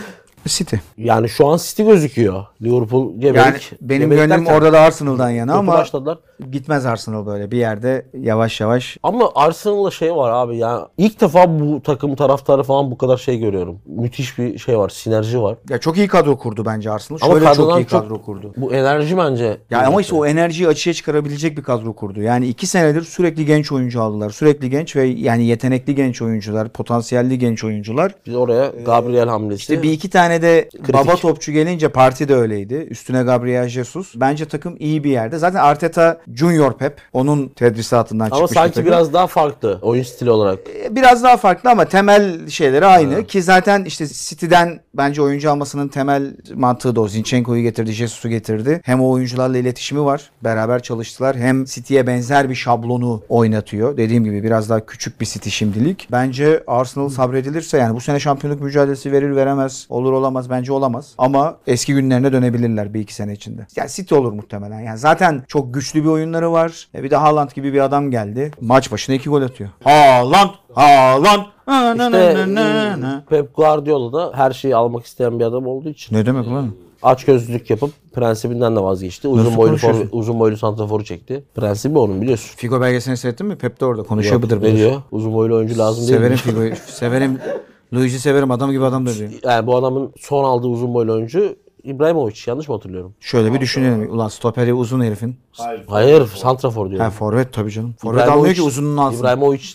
Speaker 1: City.
Speaker 2: Yani şu an City gözüküyor. Liverpool gebelik.
Speaker 1: Yani benim
Speaker 2: Gebelik
Speaker 1: gönlüm
Speaker 2: derken
Speaker 1: orada da Arsenal'dan yana
Speaker 2: kötü
Speaker 1: ama
Speaker 2: başladılar.
Speaker 1: gitmez Arsenal böyle bir yerde yavaş yavaş.
Speaker 2: Ama Arsenal'la şey var abi ya. İlk defa bu takım taraftarı falan bu kadar şey görüyorum. Müthiş bir şey var. Sinerji var.
Speaker 1: Ya çok iyi kadro kurdu bence Arsenal.
Speaker 2: Ama
Speaker 1: Şöyle çok
Speaker 2: kadrodan
Speaker 1: iyi
Speaker 2: çok-
Speaker 1: kadro kurdu.
Speaker 2: Bu enerji bence.
Speaker 1: Ya ama işte o enerjiyi açığa çıkarabilecek bir kadro kurdu. Yani iki senedir sürekli genç oyuncu aldılar. Sürekli genç ve yani yetenekli genç oyuncular, potansiyelli genç oyuncular.
Speaker 2: Biz oraya Gabriel hamlesi.
Speaker 1: İşte Ee, bir iki tane tane de
Speaker 2: Kritik.
Speaker 1: baba topçu gelince parti de öyleydi. Üstüne Gabriel Jesus. Bence takım iyi bir yerde. Zaten Arteta Junior Pep. Onun tedrisatından
Speaker 2: Ama
Speaker 1: çıkmıştı
Speaker 2: sanki
Speaker 1: takım.
Speaker 2: biraz daha farklı oyun stili olarak.
Speaker 1: biraz daha farklı ama temel şeyleri aynı. Ki zaten işte City'den bence oyuncu almasının temel mantığı da o. Zinchenko'yu getirdi, Jesus'u getirdi. Hem o oyuncularla iletişimi var. Beraber çalıştılar. Hem City'ye benzer bir şablonu oynatıyor. Dediğim gibi biraz daha küçük bir City şimdilik. Bence Arsenal sabredilirse yani bu sene şampiyonluk mücadelesi verir veremez. Olur olamaz bence olamaz. Ama eski günlerine dönebilirler bir iki sene içinde. Yani City olur muhtemelen. Yani zaten çok güçlü bir oyunları var. E bir de Haaland gibi bir adam geldi. Maç başına iki gol atıyor. Haaland! Haaland! Ha, na,
Speaker 2: İşte
Speaker 1: na, na, na.
Speaker 2: Pep Guardiola da her şeyi almak isteyen bir adam olduğu için
Speaker 1: Ne demek lan?
Speaker 2: açgözlülük yapıp prensibinden de vazgeçti. Uzun
Speaker 1: Nasıl
Speaker 2: boylu
Speaker 1: konuşuyorsun?
Speaker 2: for- uzun boylu santraforu çekti. Prensibi onun biliyorsun.
Speaker 1: Figo belgesini seyrettin mi? Pep de orada konuşuyor bıdır
Speaker 2: Ne
Speaker 1: bıdır.
Speaker 2: diyor? Uzun boylu oyuncu lazım değil
Speaker 1: Severim
Speaker 2: mi?
Speaker 1: Figo'yu. Severim. Luigi severim. Adam gibi adam da diyor.
Speaker 2: Yani bu adamın son aldığı uzun boylu oyuncu İbrahimovic yanlış mı hatırlıyorum?
Speaker 1: Şöyle bir düşünelim. Ulan stoperi uzun herifin.
Speaker 5: Hayır.
Speaker 2: Hayır, santrafor diyor.
Speaker 1: Ha forvet tabii canım. Forvet almıyor ki uzununu alsın.
Speaker 2: İbrahimovic.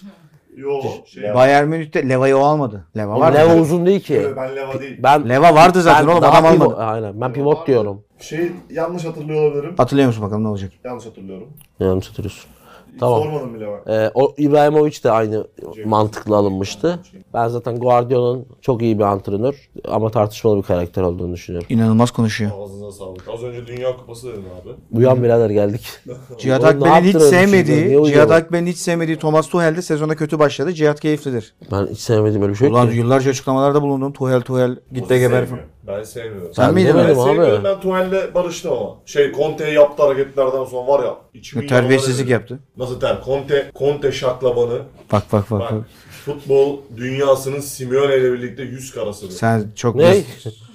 Speaker 5: Yo şey.
Speaker 1: Bayern Münih'te Leva'yı o almadı. Leva var.
Speaker 2: Leva
Speaker 1: mı?
Speaker 2: uzun değil ki.
Speaker 5: Ben Leva değil.
Speaker 2: Ben
Speaker 1: Leva vardı zaten
Speaker 2: ben
Speaker 1: oğlum
Speaker 2: daha
Speaker 1: adam
Speaker 2: pivot-
Speaker 1: almadı.
Speaker 2: Aynen. Ben pivot diyorum.
Speaker 5: Şey yanlış hatırlıyor olabilirim.
Speaker 1: Hatırlıyor musun bakalım ne olacak?
Speaker 5: Yanlış hatırlıyorum.
Speaker 2: Yanlış hatırlıyorsun. Tamam.
Speaker 5: Sormadım bile bak.
Speaker 2: Ee, o İbrahimovic de aynı mantıkla alınmıştı. Ben zaten Guardiola'nın çok iyi bir antrenör ama tartışmalı bir karakter olduğunu düşünüyorum.
Speaker 1: İnanılmaz konuşuyor.
Speaker 5: Ağzınıza sağlık. Az önce Dünya Kupası dedin abi.
Speaker 2: Uyan birader geldik.
Speaker 1: Cihat
Speaker 2: Oğlum ne
Speaker 1: Akben'in hiç
Speaker 2: yaptın öyle bir şey? Niye
Speaker 1: sevmediği,
Speaker 2: uyuyor
Speaker 1: Cihat
Speaker 2: bu?
Speaker 1: Akben'in hiç sevmediği Thomas Tuchel de sezona kötü başladı. Cihat keyiflidir.
Speaker 2: Ben hiç sevmediğim öyle bir şey yok
Speaker 1: Ulan
Speaker 2: ki.
Speaker 1: yıllarca açıklamalarda bulundum. Tuhel Tuhel git de geber. falan.
Speaker 5: Ben sevmiyorum.
Speaker 1: Sen
Speaker 2: Ben
Speaker 1: miydin?
Speaker 2: demedim
Speaker 5: Ben
Speaker 2: abi.
Speaker 5: sevmiyorum. Ben Tuhel'le barıştım ama. Şey Conte'ye yaptığı hareketlerden sonra var ya. içimi
Speaker 1: Terbiyesizlik
Speaker 5: yaralar-
Speaker 1: yaptı.
Speaker 5: Nasıl ter? Conte, Conte şaklabanı.
Speaker 1: Bak bak bak. bak.
Speaker 5: Bak futbol dünyasının Simeone ile birlikte yüz karasıdır.
Speaker 1: Sen çok...
Speaker 2: Ne?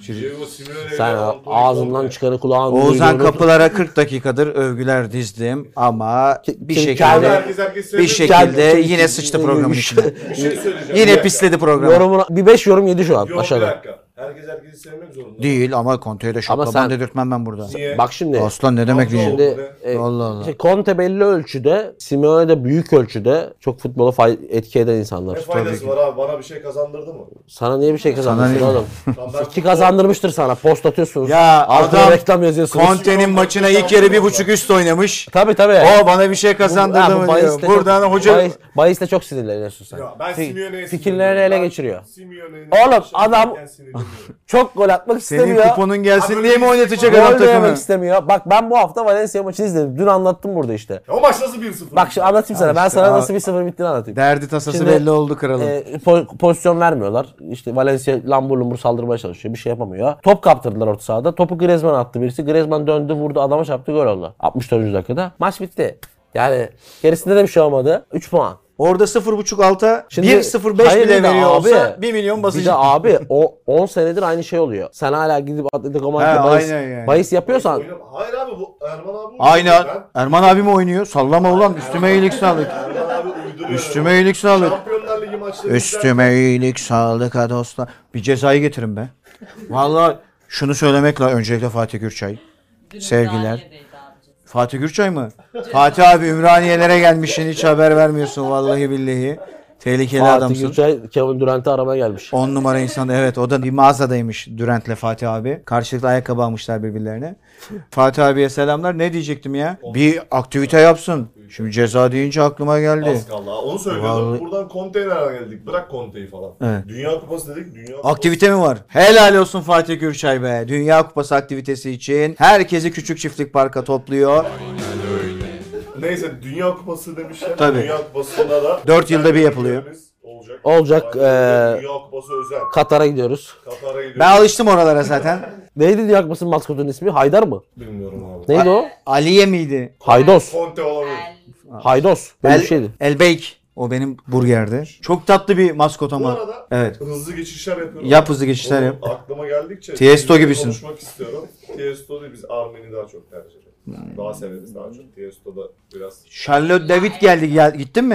Speaker 5: Diego Simeone ile
Speaker 2: Sen
Speaker 5: Antonio
Speaker 2: ağzından
Speaker 5: Conte.
Speaker 2: çıkanı kulağın
Speaker 1: Ee, Oğuzhan
Speaker 2: duyduğunu-
Speaker 1: Kapılar'a 40 dakikadır övgüler dizdim ama bir
Speaker 2: kim-
Speaker 1: şekilde
Speaker 5: Herkes herkes
Speaker 1: bir
Speaker 2: şey
Speaker 5: sevmiyor.
Speaker 1: şekilde yine sıçtı programın içine.
Speaker 5: Bir şey söyleyeceğim. Bir
Speaker 1: Yine
Speaker 5: dakika.
Speaker 1: pisledi programı.
Speaker 2: Yorumuna bir 5 yorum yedi şu an
Speaker 5: Yok bir
Speaker 2: aşağıda.
Speaker 5: dakika. Herkes herkesi sevmek zorunda.
Speaker 1: Değil ama Conte'ye de şaklaban
Speaker 2: sen-
Speaker 1: dedirtmem ben burada.
Speaker 5: Niye?
Speaker 2: Bak şimdi.
Speaker 1: Aslan ne demek
Speaker 5: Hamza
Speaker 1: diyeceğim.
Speaker 5: oldu.
Speaker 2: Şimdi, e,
Speaker 1: Allah Allah.
Speaker 2: işte Conte belli ölçüde, Simeone de büyük ölçüde çok futbola fay- etki eden insanlar.
Speaker 5: Ne
Speaker 1: Tabii ki.
Speaker 5: faydası var abi? Bana bir şey kazandırdı mı?
Speaker 2: Sana niye bir şey kazandırsın
Speaker 1: niye?
Speaker 2: oğlum?
Speaker 5: Lan ben
Speaker 2: Ki kazandırmıştır sana. Post atıyorsunuz.
Speaker 1: Ya
Speaker 2: Altına
Speaker 1: adam
Speaker 2: reklam yazıyorsunuz.
Speaker 1: Conte'nin maçına ilk yarı bir buçuk üst oynamış.
Speaker 2: Tabii tabii.
Speaker 1: O bana bir şey
Speaker 2: Ha,
Speaker 1: kazandırdı
Speaker 2: bu
Speaker 1: mı
Speaker 2: bahis
Speaker 1: diyor.
Speaker 2: de
Speaker 1: Buradan
Speaker 2: çok,
Speaker 1: hoca...
Speaker 2: Bahis, bahis de çok sinirleniyorsun sen.
Speaker 5: Ya ben
Speaker 2: Fi-
Speaker 5: Simeone'ye
Speaker 2: Fikirlerini
Speaker 5: sinirleniyorum.
Speaker 2: ele
Speaker 5: Ben
Speaker 2: geçiriyor.
Speaker 5: Simeone'nin
Speaker 2: Oğlum,
Speaker 5: şey
Speaker 2: adam-
Speaker 5: yaparken sinirleniyorum.
Speaker 2: Çok gol atmak
Speaker 1: Senin
Speaker 2: istemiyor.
Speaker 1: kuponun gelsin
Speaker 5: Abi
Speaker 1: diye mi
Speaker 5: öyle-
Speaker 1: oynatacak adam
Speaker 2: Gol de yemek
Speaker 1: takımı?
Speaker 2: istemiyor. Bak ben bu hafta Valencia maçını izledim. Dün anlattım burada işte.
Speaker 5: Ya o maç nasıl 1-0?
Speaker 2: Bak şimdi anlatayım sana. Ben
Speaker 1: işte
Speaker 2: sana
Speaker 1: abi-
Speaker 2: nasıl bir sıfır bittiğini anlatayım.
Speaker 1: Derdi tasası
Speaker 2: Şimdi-
Speaker 1: belli oldu kralım.
Speaker 2: Ee, po- pozisyon vermiyorlar. İşte Valencia lambur lumbur saldırmaya çalışıyor. Bir şey yapamıyor. Top kaptırdılar orta sahada. Topu Griezmann attı birisi. Griezmann döndü vurdu adama çarptı gol oldu. 64. dakikada. Maç bitti. Yani gerisinde de bir şey olmadı. 3 puan.
Speaker 1: Orada 0.5 alta
Speaker 2: Şimdi-
Speaker 1: 1.05
Speaker 2: Hayır
Speaker 1: bile
Speaker 2: bir de
Speaker 1: veriyor
Speaker 2: abi,
Speaker 1: olsa 1 milyon
Speaker 2: Bir
Speaker 1: basıcı.
Speaker 2: de abi o 10 senedir aynı şey oluyor. Sen hala gidip Atletico Madrid'e
Speaker 1: He,
Speaker 2: bahis,
Speaker 1: aynen yani.
Speaker 2: bahis yapıyorsan
Speaker 5: Oynam- Hayır abi bu Erman abi uyduruyor.
Speaker 1: Aynen.
Speaker 5: Ben-
Speaker 1: Erman abi mi oynuyor? Sallama ulan üstüme iyilik sağlık.
Speaker 5: Erman abi uyduruyor.
Speaker 1: Üstüme iyilik sağlık.
Speaker 5: Şampiyonlar Ligi maçları
Speaker 1: Üstüme iyilik sağlık ha dostlar. Bir cezayı getirin be. Vallahi şunu söylemekle öncelikle Fatih Gürçay.
Speaker 7: Dün
Speaker 1: Sevgiler.
Speaker 7: Ümraniye'deydi abici.
Speaker 1: Fatih Gürçay mı? Fatih abi Ümraniye'lere gelmişsin hiç haber vermiyorsun vallahi billahi. Tehlikeli
Speaker 2: Fatih
Speaker 1: adamsın.
Speaker 2: Gürçay Kevin Durant'i aramaya gelmiş.
Speaker 1: 10 numara insan evet o da bir mağazadaymış Dürent'le Fatih abi. Karşılıklı ayakkabı almışlar birbirlerine. Fatih abiye selamlar. Ne diyecektim ya? Bir aktivite yapsın. Şimdi ceza deyince aklıma geldi.
Speaker 5: Az kaldı. ha. Onu söylüyordum.
Speaker 1: Vallahi-
Speaker 5: Buradan Conte'ye geldik. Bırak Conte'yi falan.
Speaker 1: Evet.
Speaker 5: Dünya Kupası dedik. Dünya Kupası.
Speaker 1: Aktivite mi var? Helal olsun Fatih Gürçay be. Dünya Kupası aktivitesi için herkesi küçük çiftlik parka topluyor.
Speaker 5: Neyse Dünya Kupası demişler.
Speaker 1: Tabii.
Speaker 5: Dünya Kupası'nda da
Speaker 1: Dört yılda bir yapılıyor. e,
Speaker 5: Olacak.
Speaker 2: Olacak,
Speaker 5: Ayrıca
Speaker 2: ee,
Speaker 5: Dünya Kupası özel.
Speaker 2: Katar'a gidiyoruz.
Speaker 5: Katar'a gidiyoruz.
Speaker 1: Ben alıştım oralara zaten.
Speaker 2: Neydi New York basın maskotunun ismi? Haydar mı?
Speaker 5: Bilmiyorum abi.
Speaker 2: Neydi o?
Speaker 1: Aliye miydi?
Speaker 2: Haydos.
Speaker 5: Conte olabilir.
Speaker 7: El-
Speaker 2: Haydos. Böyle
Speaker 1: El,
Speaker 2: bir şeydi.
Speaker 1: Elbeyk. O benim burgerdi. Çok tatlı bir maskot
Speaker 5: Bu
Speaker 1: ama.
Speaker 5: arada
Speaker 1: Evet.
Speaker 5: hızlı geçişler yapıyorum.
Speaker 1: Yap hızlı geçişler
Speaker 5: Oğlum,
Speaker 1: yap.
Speaker 5: Aklıma geldikçe
Speaker 1: Tiesto
Speaker 5: sizinle
Speaker 1: gibisin.
Speaker 5: Konuşmak istiyorum. Tiesto değil biz Armeni daha çok tercih ediyoruz.
Speaker 1: Hmm.
Speaker 5: Daha severiz daha çok. Tiesto da biraz
Speaker 1: Charlotte David geldi. Gel, gittin mi?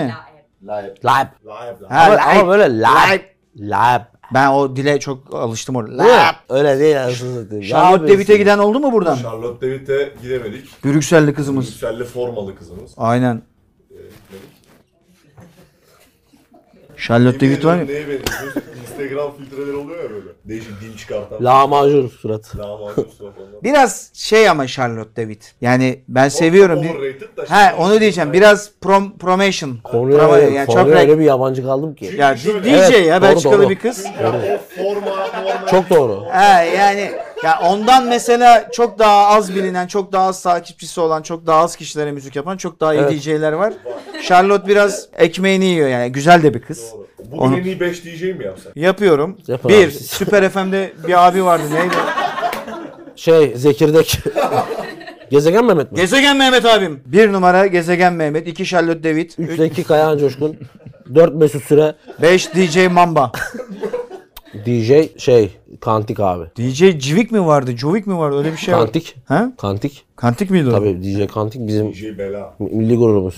Speaker 7: Ya, evet.
Speaker 2: Lab.
Speaker 5: Laib. Laib laib.
Speaker 1: Ha,
Speaker 2: Ama,
Speaker 1: lap.
Speaker 2: ama böyle lab. Lab.
Speaker 1: Ben o dile çok alıştım orada.
Speaker 2: Lab.
Speaker 1: Lap.
Speaker 2: Öyle değil anasını satayım.
Speaker 1: Charlotte
Speaker 2: Lab
Speaker 1: David'e
Speaker 2: diyorsun.
Speaker 1: giden oldu mu buradan?
Speaker 5: Charlotte David'e gidemedik.
Speaker 1: Brükselli kızımız.
Speaker 5: Yükselli formalı kızımız.
Speaker 1: Aynen. Charlotte David var ya.
Speaker 5: Neye benziyoruz? Instagram filtreleri oluyor ya böyle. Değişik dil çıkartan.
Speaker 2: Lahmacun surat.
Speaker 5: Lahmacun surat onlar.
Speaker 1: Biraz şey ama Charlotte David. Yani ben seviyorum. Bir-
Speaker 5: Overrated da
Speaker 1: He
Speaker 5: şimdi-
Speaker 1: onu diyeceğim. Biraz prom promotion.
Speaker 2: Konuya,
Speaker 1: Promo-
Speaker 2: öyle,
Speaker 1: yani
Speaker 2: konuya
Speaker 1: çok renk-
Speaker 2: öyle bir yabancı kaldım ki.
Speaker 1: Ya
Speaker 5: Şöyle-
Speaker 1: di- DJ ya
Speaker 2: Evet,
Speaker 1: Belçikalı
Speaker 2: doğru,
Speaker 1: bir kız.
Speaker 5: Çünkü ya o forma normal.
Speaker 2: Çok doğru.
Speaker 1: He yani ya ondan mesela çok daha az bilinen, çok daha az takipçisi olan, çok daha az kişilere müzik yapan çok daha iyi
Speaker 2: Evet.
Speaker 1: DJ'ler var. Charlotte biraz ekmeğini yiyor yani. Güzel de bir kız.
Speaker 5: Doğru. Bugün
Speaker 1: Onu-
Speaker 5: en iyi 5 DJ mi yapsak?
Speaker 1: Yapıyorum.
Speaker 2: Yapın
Speaker 1: bir,
Speaker 2: abi siz.
Speaker 1: Süper FM'de bir abi vardı neydi?
Speaker 2: Şey Zekirdek. Gezegen Mehmet mi?
Speaker 1: Gezegen Mehmet abim. Bir numara Gezegen Mehmet, iki Charlotte David,
Speaker 2: 3 Zeki Kayahan Coşkun. 4 Mesut Süre.
Speaker 1: beş DJ Mamba.
Speaker 2: DJ şey Kantik abi.
Speaker 1: DJ Civik mi vardı, Covik mi vardı öyle bir şey vardı.
Speaker 2: Kantik.
Speaker 1: Ha?
Speaker 2: Kantik.
Speaker 1: Kantik miydi o?
Speaker 2: Tabii DJ Kantik bizim
Speaker 5: DJ Şey, Bela.
Speaker 2: milli gururumuz.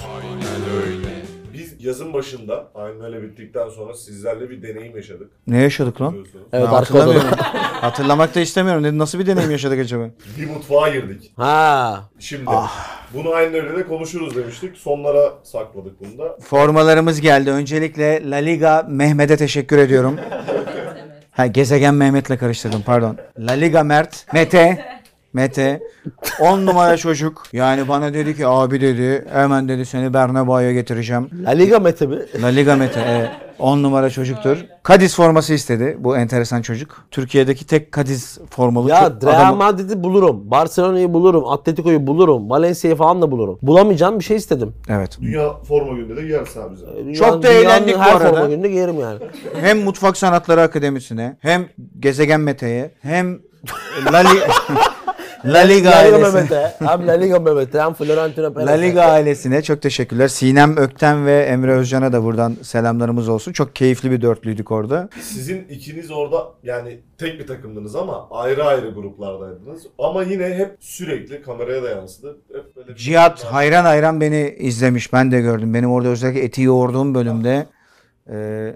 Speaker 5: Biz yazın başında aynen öyle bittikten sonra sizlerle bir deneyim yaşadık.
Speaker 1: Ne yaşadık lan?
Speaker 5: Biliyorsunuz.
Speaker 2: Evet
Speaker 1: Ben
Speaker 2: arka odada.
Speaker 1: hatırlamıyorum. Hatırlamak da istemiyorum. Dedim, Nasıl bir deneyim yaşadık acaba?
Speaker 5: Bir mutfağa girdik.
Speaker 2: Ha.
Speaker 5: Şimdi
Speaker 1: Ah.
Speaker 5: bunu aynı öyle de konuşuruz demiştik. Sonlara sakladık bunu da.
Speaker 1: Formalarımız geldi. Öncelikle La Liga Mehmet'e teşekkür ediyorum. Ha, gezegen Mehmet'le karıştırdım pardon. La Liga Mert, Mete, Mete. 10 numara çocuk. Yani bana dedi ki abi dedi hemen dedi seni Bernabeu'ya getireceğim.
Speaker 2: La Liga Mete mi?
Speaker 1: La Liga Mete evet. 10 numara çocuktur. Kadiz forması istedi bu enteresan çocuk. Türkiye'deki tek Kadiz formalı
Speaker 2: Ya
Speaker 1: çocuk-
Speaker 2: Real
Speaker 1: adamı-
Speaker 2: Madrid'i bulurum. Barcelona'yı bulurum. Atletico'yu bulurum. Valencia'yı falan da bulurum. Bulamayacağım bir şey istedim.
Speaker 1: Evet.
Speaker 5: Dünya forma günde de yersin abi bize.
Speaker 1: Çok da
Speaker 2: dünyanın
Speaker 1: eğlendik bu
Speaker 2: her
Speaker 1: arada.
Speaker 2: forma gününde yerim yani.
Speaker 1: Hem Mutfak Sanatları Akademisi'ne hem Gezegen Mete'ye hem La, Li- La Liga
Speaker 2: La Liga
Speaker 1: ailesine.
Speaker 2: Mehmet'e. Hem La Liga Mehmet'e hem Florentino Perez'e.
Speaker 1: La Liga ailesine çok teşekkürler. Sinem Ökten ve Emre Özcan'a da buradan selamlarımız olsun. Çok keyifli bir dörtlüydük orada.
Speaker 5: Sizin ikiniz orada yani tek bir takımdınız ama ayrı ayrı gruplardaydınız. Ama yine hep sürekli kameraya da yansıdı. Hep böyle bir-
Speaker 1: Cihat hayran hayran beni izlemiş. Ben de gördüm. Benim orada özellikle eti yoğurduğum bölümde e,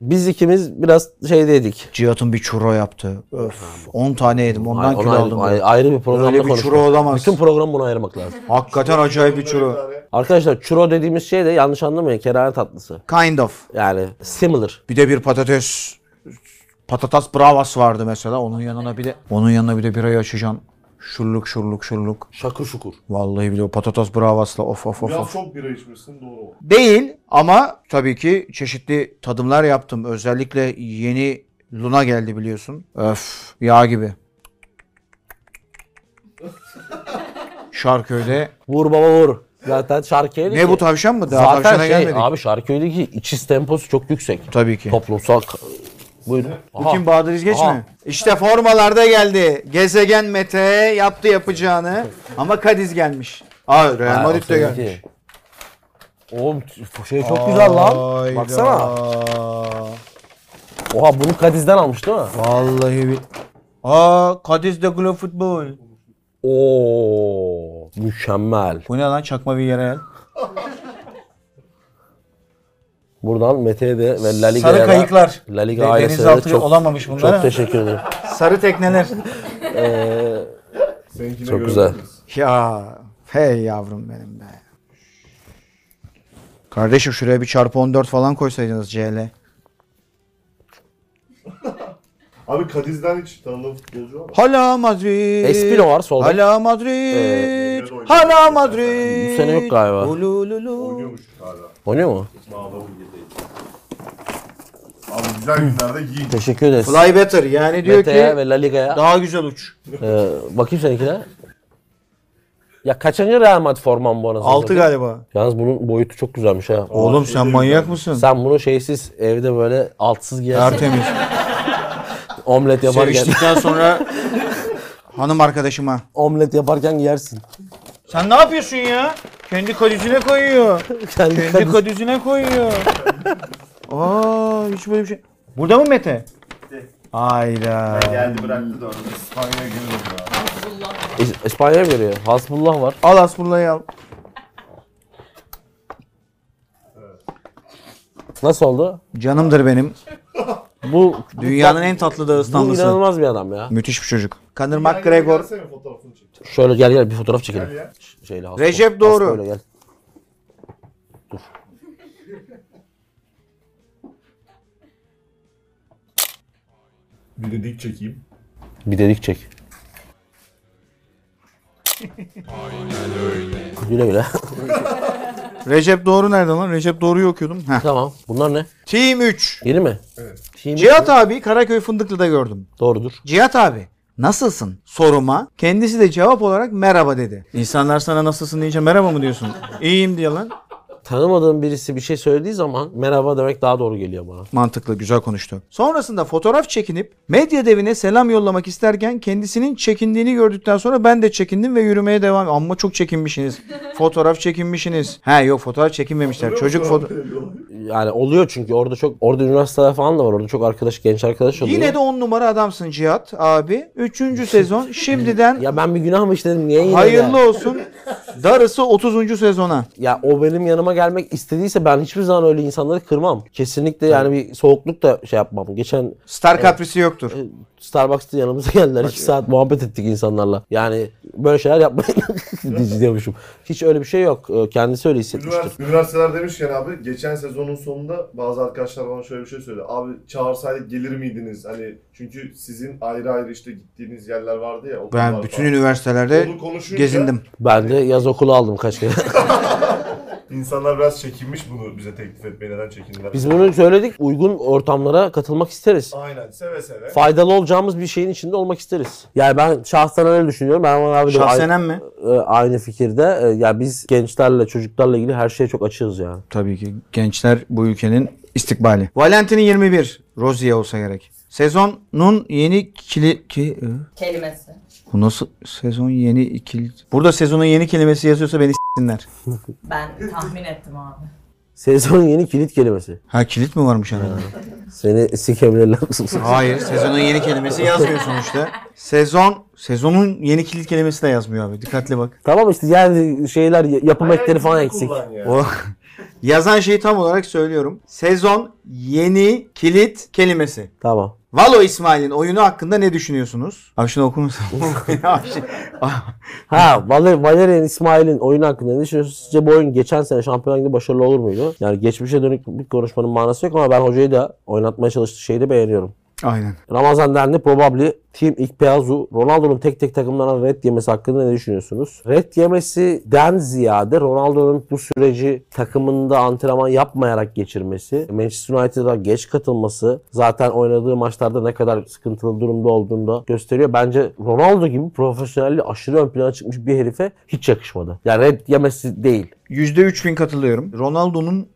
Speaker 2: Biz ikimiz biraz şeydeydik.
Speaker 1: Cihat'ın bir çuro yaptı. Öf, 10 tane yedim. Ondan
Speaker 2: Ay-
Speaker 1: kilo
Speaker 2: ona
Speaker 1: aldım.
Speaker 2: ayrı, ayrı bir programda
Speaker 1: Öyle bir
Speaker 2: konuşmak.
Speaker 1: çuro olamaz.
Speaker 2: Bütün programı buna ayırmak lazım.
Speaker 1: Hakikaten acayip bir çuro.
Speaker 5: tane
Speaker 2: Arkadaşlar churro dediğimiz şey de yanlış anlamayın kerane tatlısı.
Speaker 1: Kind of.
Speaker 2: Yani similar.
Speaker 1: Bir de bir patates patatas bravas vardı mesela. Onun yanına bir de onun yanına bir de birayı açacaksın. Şurluk şurluk şurluk.
Speaker 2: Şakır şukur.
Speaker 1: Vallahi bile o patatas bravasla of of of.
Speaker 5: Biraz
Speaker 1: of.
Speaker 5: çok bira içmişsin doğru.
Speaker 1: Değil ama tabii ki çeşitli tadımlar yaptım. Özellikle yeni Luna geldi biliyorsun. Öf yağ gibi. Şarköy'de.
Speaker 2: Vur baba vur. Zaten Şarköy'deki...
Speaker 1: Ne bu tavşan mı? Daha
Speaker 2: Zaten
Speaker 1: tavşana
Speaker 2: şey
Speaker 1: gelmedik.
Speaker 2: abi Şarköy'deki içiş temposu çok yüksek.
Speaker 1: Tabii ki.
Speaker 2: Toplumsal... ka- Buyurun.
Speaker 1: Bu kim Bahadır İzgeç
Speaker 2: Aha.
Speaker 1: mi? İşte formalarda geldi. Gezegen Mete yaptı yapacağını. Ama Kadiz gelmiş. Hayır Real Madrid de gelmiş.
Speaker 2: Oğlum t- şey çok güzel lan.
Speaker 1: Hayda.
Speaker 2: Baksana. Oha bunu Kadiz'den almış değil mi?
Speaker 1: Vallahi bir... Aa Kadiz de Glow Futbol.
Speaker 2: Oo mükemmel.
Speaker 1: Bu ne lan çakma bir yere.
Speaker 2: Buradan Mete'ye de ve La Liga'ya
Speaker 1: Sarı
Speaker 2: da-
Speaker 1: kayıklar.
Speaker 2: La
Speaker 1: De-
Speaker 2: Liga ailesine de
Speaker 1: denizaltı
Speaker 2: çok,
Speaker 1: olamamış bunlar ha.
Speaker 2: çok teşekkür ederim.
Speaker 1: Sarı tekneler.
Speaker 5: Seninkine
Speaker 2: Çok
Speaker 5: göre
Speaker 2: güzel.
Speaker 5: biliriz.
Speaker 1: ya hey yavrum benim be. Kardeşim şuraya bir çarpı 14 falan koysaydınız CL.
Speaker 5: Abi Kadiz'den hiç tanıdığın futbolcu var mı?
Speaker 1: Hala Madrid.
Speaker 2: Espino var solda.
Speaker 1: Hala Madrid.
Speaker 5: Ee,
Speaker 1: Hala Madrid.
Speaker 2: Bu sene yok galiba.
Speaker 1: Ulululu.
Speaker 5: Oynuyormuş hala.
Speaker 2: Oynuyor mu?
Speaker 5: Bağlamı yedeydi. Abi güzel günlerde giyin.
Speaker 2: Teşekkür ederiz.
Speaker 1: Fly better yani diyor
Speaker 2: Mete'ye
Speaker 1: ki
Speaker 2: ve La Liga'ya.
Speaker 1: daha güzel uç.
Speaker 2: Ee, bakayım seninkine. Ya kaçıncı Real Madrid forman bu anasını?
Speaker 1: 6
Speaker 2: satayım?
Speaker 1: galiba.
Speaker 2: Yalnız bunun boyutu çok güzelmiş ha.
Speaker 1: Oğlum sen manyak mısın?
Speaker 2: Sen bunu şeysiz evde böyle altsız giyersin.
Speaker 1: Tertemiz.
Speaker 2: Omlet yaparken,
Speaker 1: Seviştikten sonra hanım arkadaşıma.
Speaker 2: omlet yaparken giyersin.
Speaker 1: Sen ne yapıyorsun ya? Kendi kadüzüne koyuyor.
Speaker 2: Kendi
Speaker 1: Kendi
Speaker 2: kadın-
Speaker 1: kadüzüne koyuyor. Aa hiç böyle bir şey. Burada mı Mete? Hayda.
Speaker 5: Geldi bıraktı da orada. İspanya'ya girdim ya.
Speaker 2: İs- İspanya'ya mı geliyor? Hasbullah var.
Speaker 1: Al Asmullah'ı al.
Speaker 2: Nasıl oldu?
Speaker 1: Canımdır benim.
Speaker 2: Bu
Speaker 1: Dünyanın en tatlı
Speaker 2: bu
Speaker 1: Dağıstanlısı.
Speaker 2: inanılmaz bir adam ya.
Speaker 1: Müthiş bir çocuk. Conor McGregor.
Speaker 5: Gelsene fotoğrafını çek.
Speaker 2: Şöyle gel gel bir fotoğraf çekelim.
Speaker 5: Gel ya.
Speaker 2: Ş- Şeyle Hasbullah.
Speaker 1: Recep Doğru.
Speaker 2: Hasbullah'la gel. Dur.
Speaker 5: Bir de dik çekeyim.
Speaker 2: Bir dedik çek. Güle güle.
Speaker 1: Recep Doğru nerede lan? Recep Doğru'yu okuyordum. Heh.
Speaker 2: tamam. Bunlar ne?
Speaker 1: Team 3.
Speaker 2: Yeni mi? Evet.
Speaker 1: Cihat abi Karaköy Fındıklı'da gördüm.
Speaker 2: Doğrudur.
Speaker 1: Cihat abi nasılsın soruma kendisi de cevap olarak merhaba dedi. İnsanlar sana nasılsın deyince merhaba mı diyorsun? İyiyim diye lan.
Speaker 2: Tanımadığım birisi bir şey söylediği zaman merhaba demek daha doğru geliyor bana.
Speaker 1: Mantıklı, güzel konuştu. Sonrasında fotoğraf çekinip medya devine selam yollamak isterken kendisinin çekindiğini gördükten sonra ben de çekindim ve yürümeye devam. Amma çok çekinmişsiniz. fotoğraf çekinmişsiniz. He yok fotoğraf çekinmemişler. Çocuk foto
Speaker 2: Yani oluyor çünkü orada çok orada üniversiteler falan da var. Orada çok arkadaş, genç arkadaş oluyor.
Speaker 1: Yine de on numara adamsın Cihat abi. Üçüncü sezon şimdiden
Speaker 2: ya ben bir günah mı işledim niye yine de?
Speaker 1: hayırlı olsun. Darısı 30. sezona.
Speaker 2: Ya o benim yanıma gelmek istediyse ben hiçbir zaman öyle insanları kırmam. Kesinlikle yani bir soğukluk da şey yapmam. Geçen
Speaker 1: Star kaprisi yoktur.
Speaker 2: e, Starbucks'ta yanımıza geldiler. iki saat muhabbet ettik insanlarla. Yani böyle şeyler yapmayın diyormuşum. Hiç öyle bir şey yok. E, Kendisi öyle hissetmiştir.
Speaker 5: Ünivers- üniversiteler demişken abi geçen sezonun sonunda bazı arkadaşlar bana şöyle bir şey söyledi. Abi çağırsaydık gelir miydiniz? Hani çünkü sizin ayrı ayrı işte gittiğiniz yerler vardı ya. okullar
Speaker 1: Ben bütün
Speaker 5: falan.
Speaker 1: üniversitelerde
Speaker 5: Onu konuşunca
Speaker 1: gezindim.
Speaker 2: Ben de yaz okulu aldım kaç kere.
Speaker 5: İnsanlar biraz çekinmiş bunu bize teklif etmeye neden çekindiler?
Speaker 2: Biz bunu söyledik. Uygun ortamlara katılmak isteriz.
Speaker 5: Aynen seve seve.
Speaker 2: Faydalı olacağımız bir şeyin içinde olmak isteriz. Yani ben şahsen öyle düşünüyorum. Erman abi de aynı,
Speaker 1: Şahsenen mi?
Speaker 2: e, aynı fikirde. E, Ya biz gençlerle, çocuklarla ilgili her şeye çok açığız yani.
Speaker 1: Tabii ki gençler bu ülkenin istikbali. Valentin'in 21. Rozi'ye olsa gerek. Sezonun yeni kili... Ki, e,
Speaker 7: Kelimesi.
Speaker 1: bu nasıl sezon yeni ikili... Burada sezonun yeni kelimesi yazıyorsa beni s**tinler.
Speaker 7: Ben tahmin ettim abi.
Speaker 2: Sezonun yeni kilit kelimesi.
Speaker 1: Ha kilit mi varmış arada?
Speaker 2: Seni sikebilirler kızım.
Speaker 1: Hayır sezonun yeni kelimesi yazmıyor sonuçta. Sezon, sezonun yeni kilit kelimesi de yazmıyor abi. Dikkatli bak.
Speaker 2: tamam işte yani şeyler yapım ekleri falan eksik.
Speaker 5: Kullan ya.
Speaker 1: O yazan şeyi tam olarak söylüyorum. Sezon yeni kilit kelimesi.
Speaker 2: Tamam.
Speaker 1: Valo İsmail'in oyunu hakkında ne düşünüyorsunuz? Abi şunu okur musun? Abi şey-
Speaker 2: Ha Valer- Valerian İsmail'in oyun hakkında ne düşünüyorsunuz? Sizce bu oyun geçen sene Şampiyonlar Ligi'nde başarılı olur muydu? Yani geçmişe dönük bir konuşmanın manası yok ama ben hocayı da oynatmaya çalıştığı şeyi de beğeniyorum.
Speaker 1: Aynen.
Speaker 2: Ramazan derdi probably Team Ikpeazu Ronaldo'nun tek tek takımlardan red yemesi hakkında ne düşünüyorsunuz? Red yemesinden ziyade Ronaldo'nun bu süreci takımında antrenman yapmayarak geçirmesi, Manchester United'a geç katılması zaten oynadığı maçlarda ne kadar sıkıntılı durumda olduğunu da gösteriyor. Bence Ronaldo gibi profesyonelliği aşırı ön plana çıkmış bir herife hiç yakışmadı. Yani red yemesi değil.
Speaker 1: %3000 katılıyorum. Ronaldo'nun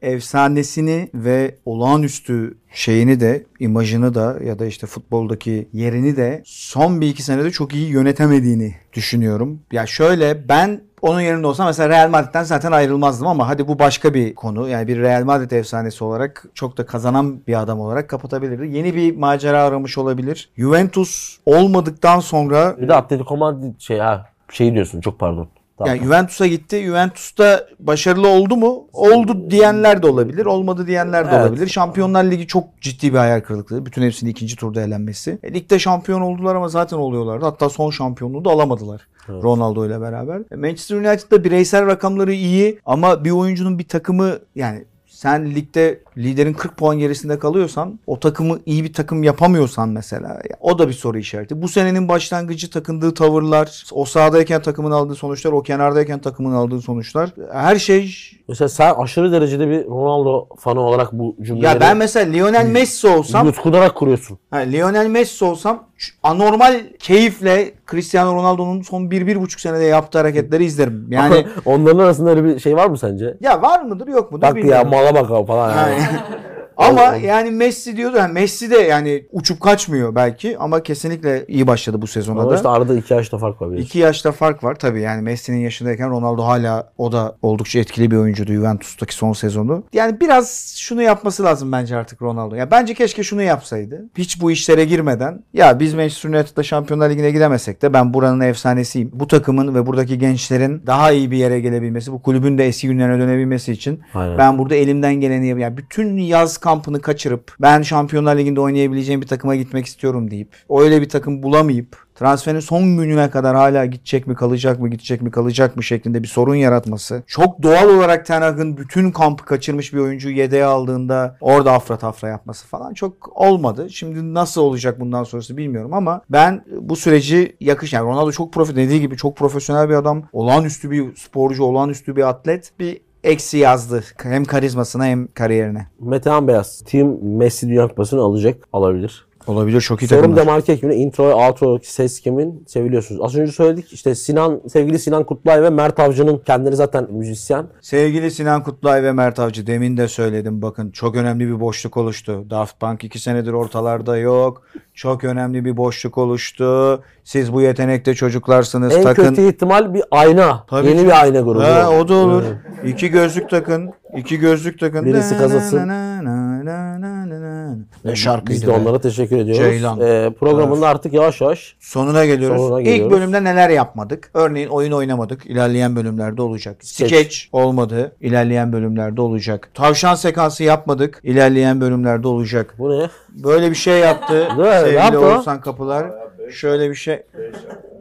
Speaker 1: efsanesini ve olağanüstü şeyini de, imajını da ya da işte futboldaki yerini de son bir iki senede çok iyi yönetemediğini düşünüyorum. Ya şöyle ben onun yerinde olsam mesela Real Madrid'den zaten ayrılmazdım ama hadi bu başka bir konu. Yani bir Real Madrid efsanesi olarak çok da kazanan bir adam olarak kapatabilirdi. Yeni bir macera aramış olabilir. Juventus olmadıktan sonra
Speaker 2: Bir de Atletico Madrid şey ha şey diyorsun çok pardon. Tamam.
Speaker 1: yani Juventus'a gitti. Juventus'ta başarılı oldu mu? Oldu diyenler de olabilir. Olmadı diyenler de
Speaker 2: Evet.
Speaker 1: olabilir. Şampiyonlar Ligi çok ciddi bir hayal kırıklığı. Bütün hepsinin ikinci turda elenmesi. E, ligde şampiyon oldular ama zaten oluyorlardı. Hatta son şampiyonluğu da alamadılar. Ronaldo ile beraber. E, Manchester United'da bireysel rakamları iyi ama bir oyuncunun bir takımı yani sen ligde liderin 40 puan gerisinde kalıyorsan o takımı iyi bir takım yapamıyorsan mesela ya o da bir soru işareti. Bu senenin başlangıcı takındığı tavırlar, o sahadayken takımın aldığı sonuçlar, o kenardayken takımın aldığı sonuçlar her şey
Speaker 2: Mesela sen aşırı derecede bir Ronaldo fanı olarak bu cümleleri
Speaker 1: ya ben mesela Lionel Messi olsam
Speaker 2: yutkunarak kuruyorsun.
Speaker 1: Ha, Lionel Messi olsam şu anormal keyifle Cristiano Ronaldo'nun son bir, bir buçuk senede yaptığı hareketleri izlerim. Yani
Speaker 2: onların arasında öyle bir şey var mı sence?
Speaker 1: ya var mıdır yok mudur
Speaker 2: Bak ya
Speaker 1: bilmiyorum.
Speaker 2: mala bak ha falan. Yani.
Speaker 1: Yani- ama yani Messi diyordu. Yani Messi de yani uçup kaçmıyor belki ama kesinlikle iyi başladı bu sezona
Speaker 2: Ama işte
Speaker 1: da.
Speaker 2: arada iki yaşta fark var. biliyorsun.
Speaker 1: İki yaşta fark var tabii yani Messi'nin yaşındayken Ronaldo hala o da oldukça etkili bir oyuncuydu Juventus'taki son sezonu. Yani biraz şunu yapması lazım bence artık Ronaldo. Ya bence keşke şunu yapsaydı. Hiç bu işlere girmeden ya biz Manchester United'la Şampiyonlar Ligi'ne gidemesek de ben buranın efsanesiyim. Bu takımın ve buradaki gençlerin daha iyi bir yere gelebilmesi, bu kulübün de eski günlerine dönebilmesi için
Speaker 2: Aynen.
Speaker 1: ben burada elimden geleni yapıyorum. Yani bütün yaz kampını kaçırıp ben Şampiyonlar Ligi'nde oynayabileceğim bir takıma gitmek istiyorum deyip öyle bir takım bulamayıp transferin son gününe kadar hala gidecek mi kalacak mı gidecek mi kalacak mı şeklinde bir sorun yaratması. Çok doğal olarak Ten Hag'ın bütün kampı kaçırmış bir oyuncuyu yedeğe aldığında orada afra tafra yapması falan çok olmadı. Şimdi nasıl olacak bundan sonrası bilmiyorum ama ben bu süreci yakış yani Ronaldo çok profi dediği gibi çok profesyonel bir adam. Olağanüstü bir sporcu, olağanüstü bir atlet. Bir eksi yazdı. Hem karizmasına hem kariyerine.
Speaker 2: Metehan Beyaz. Team Messi Dünya Kupası'nı alacak. Alabilir.
Speaker 1: Olabilir çok iyi
Speaker 2: Sorum
Speaker 1: takımlar.
Speaker 2: Demarke ekibine intro ve outro ses kimin seviliyorsunuz. Az önce söyledik işte Sinan, sevgili Sinan Kutlay ve Mert Avcı'nın kendileri zaten müzisyen.
Speaker 1: Sevgili Sinan Kutlay ve Mert Avcı demin de söyledim bakın çok önemli bir boşluk oluştu. Daft Punk 2 senedir ortalarda yok. Çok önemli bir boşluk oluştu. Siz bu yetenekte çocuklarsınız
Speaker 2: En
Speaker 1: takın.
Speaker 2: kötü ihtimal bir ayna.
Speaker 1: Tabii
Speaker 2: Yeni
Speaker 1: ki.
Speaker 2: bir ayna grubu.
Speaker 1: Ha, o da olur. İki gözlük takın. iki gözlük takın.
Speaker 2: Birisi kazasın.
Speaker 1: Ne şarkıydı
Speaker 2: Biz de
Speaker 1: be.
Speaker 2: onlara teşekkür ediyoruz.
Speaker 1: Ceylan.
Speaker 2: Ee, programın da artık yavaş yavaş
Speaker 1: Sonuna geliyoruz.
Speaker 2: Sonuna
Speaker 1: İlk
Speaker 2: geliyoruz.
Speaker 1: bölümde neler yapmadık? Örneğin oyun oynamadık. İlerleyen bölümlerde olacak.
Speaker 2: Skeç.
Speaker 1: Skeç olmadı. İlerleyen bölümlerde olacak. Tavşan sekansı yapmadık. İlerleyen bölümlerde olacak.
Speaker 2: bu ne?
Speaker 1: Böyle bir şey yaptı.
Speaker 2: Ne
Speaker 1: sevgili
Speaker 2: yaptı o?
Speaker 1: Oğuzhan Kapılar. Şöyle bir şey.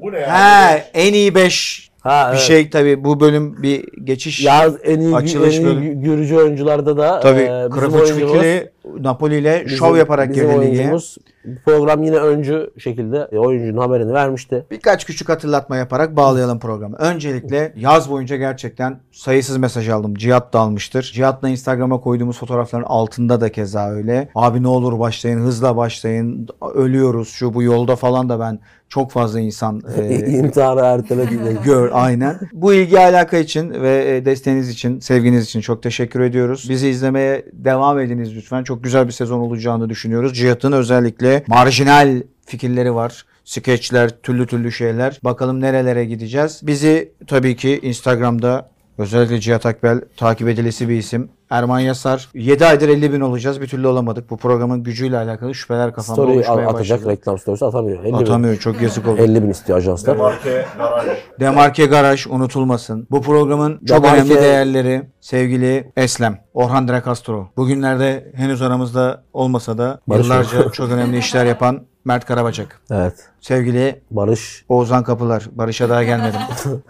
Speaker 5: Bu ne
Speaker 1: He, en iyi 5
Speaker 2: Ha,
Speaker 1: bir
Speaker 2: evet.
Speaker 1: şey tabii bu bölüm bir geçiş.
Speaker 2: Ya en iyi,
Speaker 1: Açılış
Speaker 2: en iyi
Speaker 1: bölümü.
Speaker 2: Gürcü oyuncularda da
Speaker 1: Tabii
Speaker 2: e, bizim oyuncumuz-
Speaker 1: Krapıçvikili Napoli ile
Speaker 2: bizim-
Speaker 1: şov yaparak
Speaker 2: bizim
Speaker 1: girdi lige.
Speaker 2: oyuncumuz bu program yine öncü şekilde e, oyuncunun haberini vermişti.
Speaker 1: Birkaç küçük hatırlatma yaparak bağlayalım programı. Öncelikle yaz boyunca gerçekten sayısız mesaj aldım. Cihat da almıştır. Cihat'la Instagram'a koyduğumuz fotoğrafların altında da keza öyle. Abi ne olur başlayın, hızla başlayın. Ölüyoruz şu bu yolda falan da ben çok fazla insan e,
Speaker 2: İntiharı ertelediler.
Speaker 1: Gör aynen. Bu ilgi alaka için ve e, desteğiniz için, sevginiz için çok teşekkür ediyoruz. Bizi izlemeye devam ediniz lütfen. Çok güzel bir sezon olacağını düşünüyoruz. Cihat'ın özellikle marjinal fikirleri var. Skeçler, türlü türlü şeyler. Bakalım nerelere gideceğiz. Bizi tabii ki Instagram'da özellikle Cihat Akbel takip edilesi bir isim. Erman Yasar. 7 aydır 50 bin olacağız. Bir türlü olamadık. Bu programın gücüyle alakalı şüpheler kafamda
Speaker 2: Story
Speaker 1: oluşmaya
Speaker 2: atacak
Speaker 1: başladı.
Speaker 2: reklam storiesi atamıyor. 50 bin,
Speaker 1: Atamıyor. Çok yazık oldu.
Speaker 2: 50 bin istiyor ajanslar.
Speaker 5: Marke, garaj.
Speaker 1: Demarke Garaj unutulmasın. Bu programın çok
Speaker 2: Demarke-
Speaker 1: önemli değerleri sevgili Eslem, Orhan Dre Castro. Bugünlerde henüz aramızda olmasa da
Speaker 2: Barış
Speaker 1: yıllarca çok önemli işler yapan Mert Karabacak.
Speaker 2: Evet.
Speaker 1: Sevgili
Speaker 2: Barış.
Speaker 1: Oğuzhan Kapılar. Barış'a daha gelmedim.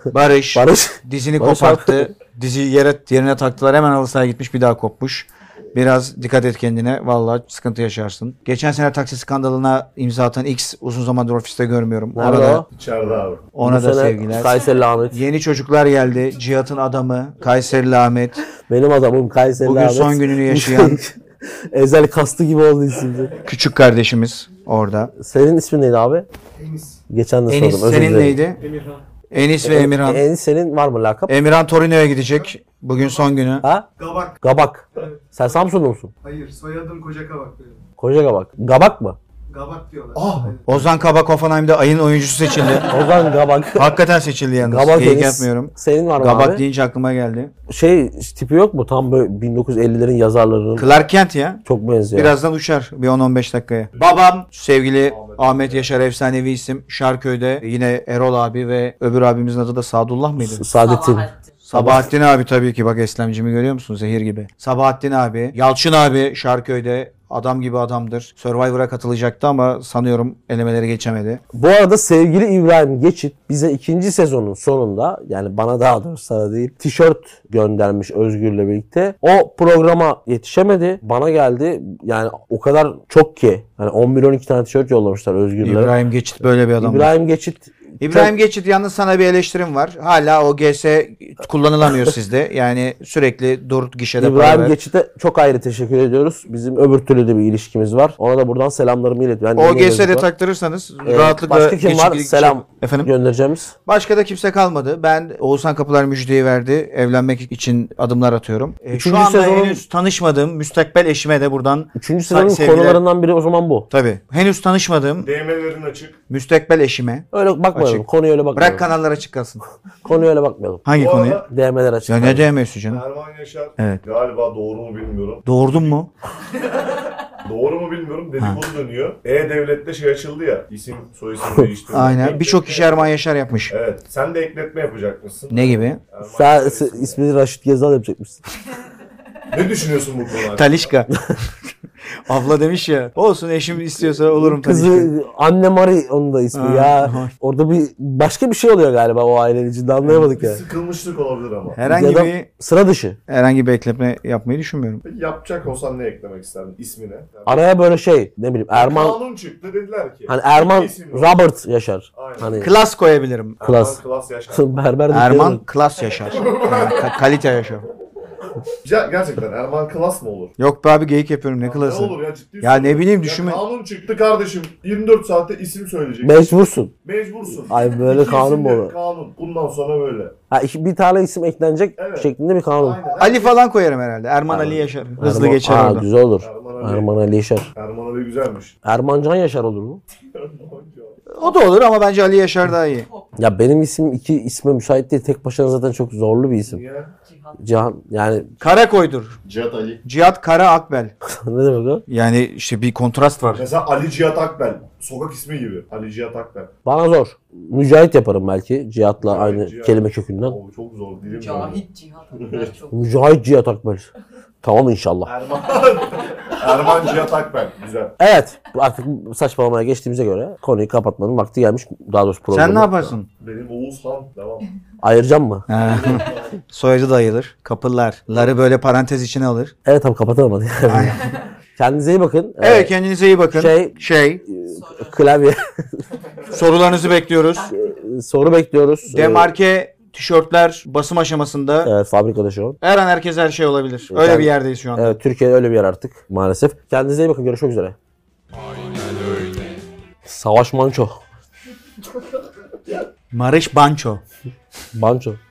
Speaker 1: Barış,
Speaker 2: Barış.
Speaker 1: dizini
Speaker 2: Barış
Speaker 1: koparttı. Dizi yere, yerine taktılar. Hemen halı sahaya gitmiş bir daha kopmuş. Biraz dikkat et kendine. Vallahi sıkıntı yaşarsın. Geçen sene taksi skandalına imza atan X uzun zamandır ofiste görmüyorum.
Speaker 2: Nerede
Speaker 1: Orada-
Speaker 2: o?
Speaker 5: İçeride abi.
Speaker 1: Ona
Speaker 2: Bu
Speaker 1: da
Speaker 2: sene
Speaker 1: sevgiler.
Speaker 2: Kayseri Ahmet.
Speaker 1: Yeni çocuklar geldi. Cihat'ın adamı. Kayserili Ahmet.
Speaker 2: Benim adamım Kayseri
Speaker 1: Bugün
Speaker 2: Ahmet.
Speaker 1: son gününü yaşayan
Speaker 2: Ezel kastı gibi oldu isimci.
Speaker 1: küçük kardeşimiz orada.
Speaker 2: Senin ismin neydi abi? Geçen de
Speaker 1: Enis
Speaker 2: sordum. özür
Speaker 1: senin
Speaker 2: dilerim.
Speaker 1: neydi? E- Enis ve
Speaker 2: En-
Speaker 1: Emirhan.
Speaker 2: Enis senin var mı lakap?
Speaker 1: Emirhan Torino'ya gidecek. Bugün son günü.
Speaker 2: ha?
Speaker 6: Gabak.
Speaker 2: Gabak. Sen Samsunlu musun?
Speaker 6: Hayır soyadım koca kabak diyorum.
Speaker 2: Koca Gabak. Gabak mı?
Speaker 6: Gabak diyorlar.
Speaker 1: Ozan Kabak Hoffenheim'de ayın oyuncusu seçildi.
Speaker 2: Ozan Gabak.
Speaker 1: Hakikaten seçildi yalnız.
Speaker 2: Gabak
Speaker 1: Geyik
Speaker 2: Enis.
Speaker 1: yapmıyorum.
Speaker 2: Senin var mı
Speaker 1: Kabak
Speaker 2: abi?
Speaker 1: deyince aklıma geldi.
Speaker 2: Şey tipi yok mu? Tam böyle 1950'lerin yazarlarının
Speaker 1: Clark Kent ya.
Speaker 2: çok benziyor.
Speaker 1: Birazdan uçar. Bir 10-15 dakikaya. Babam sevgili Ahmet Yaşar efsanevi isim. Şarköy'de yine Erol abi ve öbür abimizin adı da Sadullah mıydı?
Speaker 2: Saadet'in.
Speaker 7: Sabahattin.
Speaker 1: Sabahattin abi tabii ki bak Eslemcimi görüyor musun zehir gibi. Sabahattin abi, Yalçın abi Şarköy'de adam gibi adamdır. Survivor'a katılacaktı ama sanıyorum elemeleri geçemedi.
Speaker 2: Bu arada sevgili İbrahim Geçit bize ikinci sezonun sonunda yani bana daha doğrusu sana değil tişört göndermiş Özgür'le birlikte. O programa yetişemedi. Bana geldi. Yani o kadar çok ki. Hani 11-12 tane tişört yollamışlar Özgür'le.
Speaker 1: İbrahim Geçit böyle bir adam. İbrahim,
Speaker 2: İbrahim Geçit
Speaker 1: Geçit yalnız sana bir eleştirim var. Hala o GS kullanılamıyor sizde. Yani sürekli dur gişede para
Speaker 2: İbrahim
Speaker 1: ver.
Speaker 2: Geçit'e çok ayrı teşekkür ediyoruz. Bizim öbür türlü de bir ilişkimiz var. Ona da buradan selamlarımı iletiyorum.
Speaker 1: O GS'de taktırırsanız rahatlıkla
Speaker 2: başka kim
Speaker 1: geçip
Speaker 2: var?
Speaker 1: gidip-
Speaker 2: Selam.
Speaker 1: Efendim?
Speaker 2: göndereceğimiz.
Speaker 1: Başka da kimse kalmadı. Ben Oğuzhan Kapılar müjdeyi verdi. Evlenmek için adımlar atıyorum. E, şu
Speaker 2: Üçüncü
Speaker 1: anda
Speaker 2: sezonun-
Speaker 1: henüz tanışmadığım müstakbel eşime de buradan
Speaker 2: Üçüncü sezonun
Speaker 1: sevgiler-
Speaker 2: konularından biri o zaman bu.
Speaker 1: Tabii. Henüz tanışmadığım
Speaker 5: DM'lerin açık.
Speaker 1: müstakbel eşime.
Speaker 2: Öyle bakmayalım.
Speaker 1: Açık.
Speaker 2: Konuya öyle bakmayalım.
Speaker 1: Bırak kanallara çıkasın.
Speaker 2: Konuya öyle bakmayalım.
Speaker 1: Hangi
Speaker 5: Bu
Speaker 1: konuyu?
Speaker 5: arada
Speaker 2: DM'ler açık.
Speaker 1: Ya ne diyemiyorsun canım?
Speaker 5: Erman Yaşar
Speaker 1: Evet.
Speaker 5: galiba doğru mu bilmiyorum.
Speaker 1: Doğurdun mu?
Speaker 5: Doğru mu bilmiyorum dedikodu dönüyor. E-Devlet'te şey açıldı ya isim soy isim değiştirme.
Speaker 1: Aynen. Birçok kişi Erman Yaşar yapmış.
Speaker 5: Evet. Sen de ekletme yapacakmışsın.
Speaker 1: Ne gibi?
Speaker 5: Erman
Speaker 2: Sen
Speaker 5: Yaşar
Speaker 2: s-
Speaker 5: isimli.
Speaker 2: ismini Raşit Gezal yapacakmışsın.
Speaker 5: Ne düşünüyorsun bu konuda?
Speaker 1: Talişka. Abla demiş ya. Olsun eşim istiyorsa olurum tabii ki.
Speaker 2: Kızı anne Mari onun da ismi
Speaker 1: Ha,
Speaker 2: ya.
Speaker 1: var.
Speaker 2: Orada bir başka bir şey oluyor galiba o ailenin içinde anlayamadık
Speaker 5: Bir
Speaker 2: şey ya.
Speaker 5: sıkılmışlık olabilir ama.
Speaker 1: Herhangi
Speaker 2: Ya da
Speaker 1: bir
Speaker 2: sıra dışı.
Speaker 1: herhangi bir ekleme yapmayı düşünmüyorum.
Speaker 5: Peki yapacak olsan ne eklemek isterdin ismine? Yani
Speaker 2: Araya böyle şey ne bileyim Erman
Speaker 5: Kanun çıktı dediler ki.
Speaker 2: hani Erman
Speaker 5: İki isim var.
Speaker 2: Robert Yaşar.
Speaker 5: Aynen.
Speaker 2: Hani
Speaker 1: Klas koyabilirim.
Speaker 2: klas.
Speaker 5: Klas yaşar.
Speaker 2: Berber dükkanı.
Speaker 1: Erman klas yaşar. Yani ka- kalite yaşar.
Speaker 5: Ya gerçekten Erman Klas mı olur?
Speaker 1: Yok be abi geyik yapıyorum ne klası.
Speaker 5: Ne olur şey ya ciddi
Speaker 1: Ya ne bileyim
Speaker 5: düşünme.
Speaker 1: düşünme.
Speaker 5: kanun çıktı kardeşim. 24 saatte isim söyleyecek.
Speaker 2: Mecbursun.
Speaker 5: Mecbursun.
Speaker 2: Ay böyle
Speaker 5: İki
Speaker 2: kanun
Speaker 5: isim
Speaker 2: mu
Speaker 5: de
Speaker 2: olur?
Speaker 5: Kanun. Bundan sonra böyle.
Speaker 2: Ha, iki- bir tane isim eklenecek
Speaker 5: Evet.
Speaker 2: şeklinde bir kanun.
Speaker 5: Aynen.
Speaker 1: Ali falan koyarım herhalde. Erman
Speaker 2: Erman.
Speaker 1: Ali Yaşar. Hızlı
Speaker 2: Erman-
Speaker 1: geçer
Speaker 2: Aa,
Speaker 1: orada.
Speaker 2: Güzel olur.
Speaker 5: Erman Ali.
Speaker 2: Erman Ali Yaşar.
Speaker 5: Erman abi güzelmiş.
Speaker 2: Erman Can Yaşar olur mu?
Speaker 1: O da olur ama bence Ali Yaşar daha iyi.
Speaker 2: Ya benim isim iki isme müsait değil. Tek başına zaten çok zorlu bir isim.
Speaker 5: Niye?
Speaker 7: Cihan.
Speaker 2: Cihan yani
Speaker 1: Kara koydur.
Speaker 5: Cihat Ali.
Speaker 1: Cihat Kara Akbel.
Speaker 2: ne demek o?
Speaker 1: Yani işte bir kontrast var.
Speaker 5: Mesela Ali Cihat Akbel. Sokak ismi gibi. Ali Cihat Akbel.
Speaker 2: Bana zor. Mücahit yaparım belki. Cihat'la
Speaker 5: Mücahit,
Speaker 2: aynı
Speaker 5: Cihat.
Speaker 2: kelime kökünden.
Speaker 5: O çok zor dilim. dönüyor.
Speaker 7: Cahit Cihan. Bunlar çok.
Speaker 2: Mücahit Cihat Akbel. Tamam inşallah.
Speaker 5: Erman. Erman Cihat Akbel. Güzel.
Speaker 2: Evet. bu Artık saçmalamaya geçtiğimize göre konuyu kapatmanın vakti gelmiş. Daha doğrusu programı.
Speaker 1: Sen ne yaparsın?
Speaker 5: Benim Oğuz Han. Devam.
Speaker 2: Ayıracağım mı?
Speaker 1: Ha. Soyadı da ayılır. Kapılar. Ları böyle parantez içine alır.
Speaker 2: Evet tamam kapatalım hadi. Kendinize iyi bakın. Ee,
Speaker 1: Evet kendinize iyi bakın.
Speaker 2: Şey-
Speaker 1: şey
Speaker 7: Soru.
Speaker 2: Klavye.
Speaker 1: sorularınızı bekliyoruz.
Speaker 2: Soru bekliyoruz. Ee,
Speaker 1: Demarke tişörtler basım aşamasında.
Speaker 2: Evet fabrikada şu an.
Speaker 1: Her an herkes her şey olabilir. Öyle
Speaker 2: Sen-
Speaker 1: bir yerdeyiz şu anda.
Speaker 2: Evet Türkiye öyle bir yer artık maalesef. Kendinize iyi bakın görüşmek üzere. Savaş Manço.
Speaker 1: Marış Banço.
Speaker 2: Banço.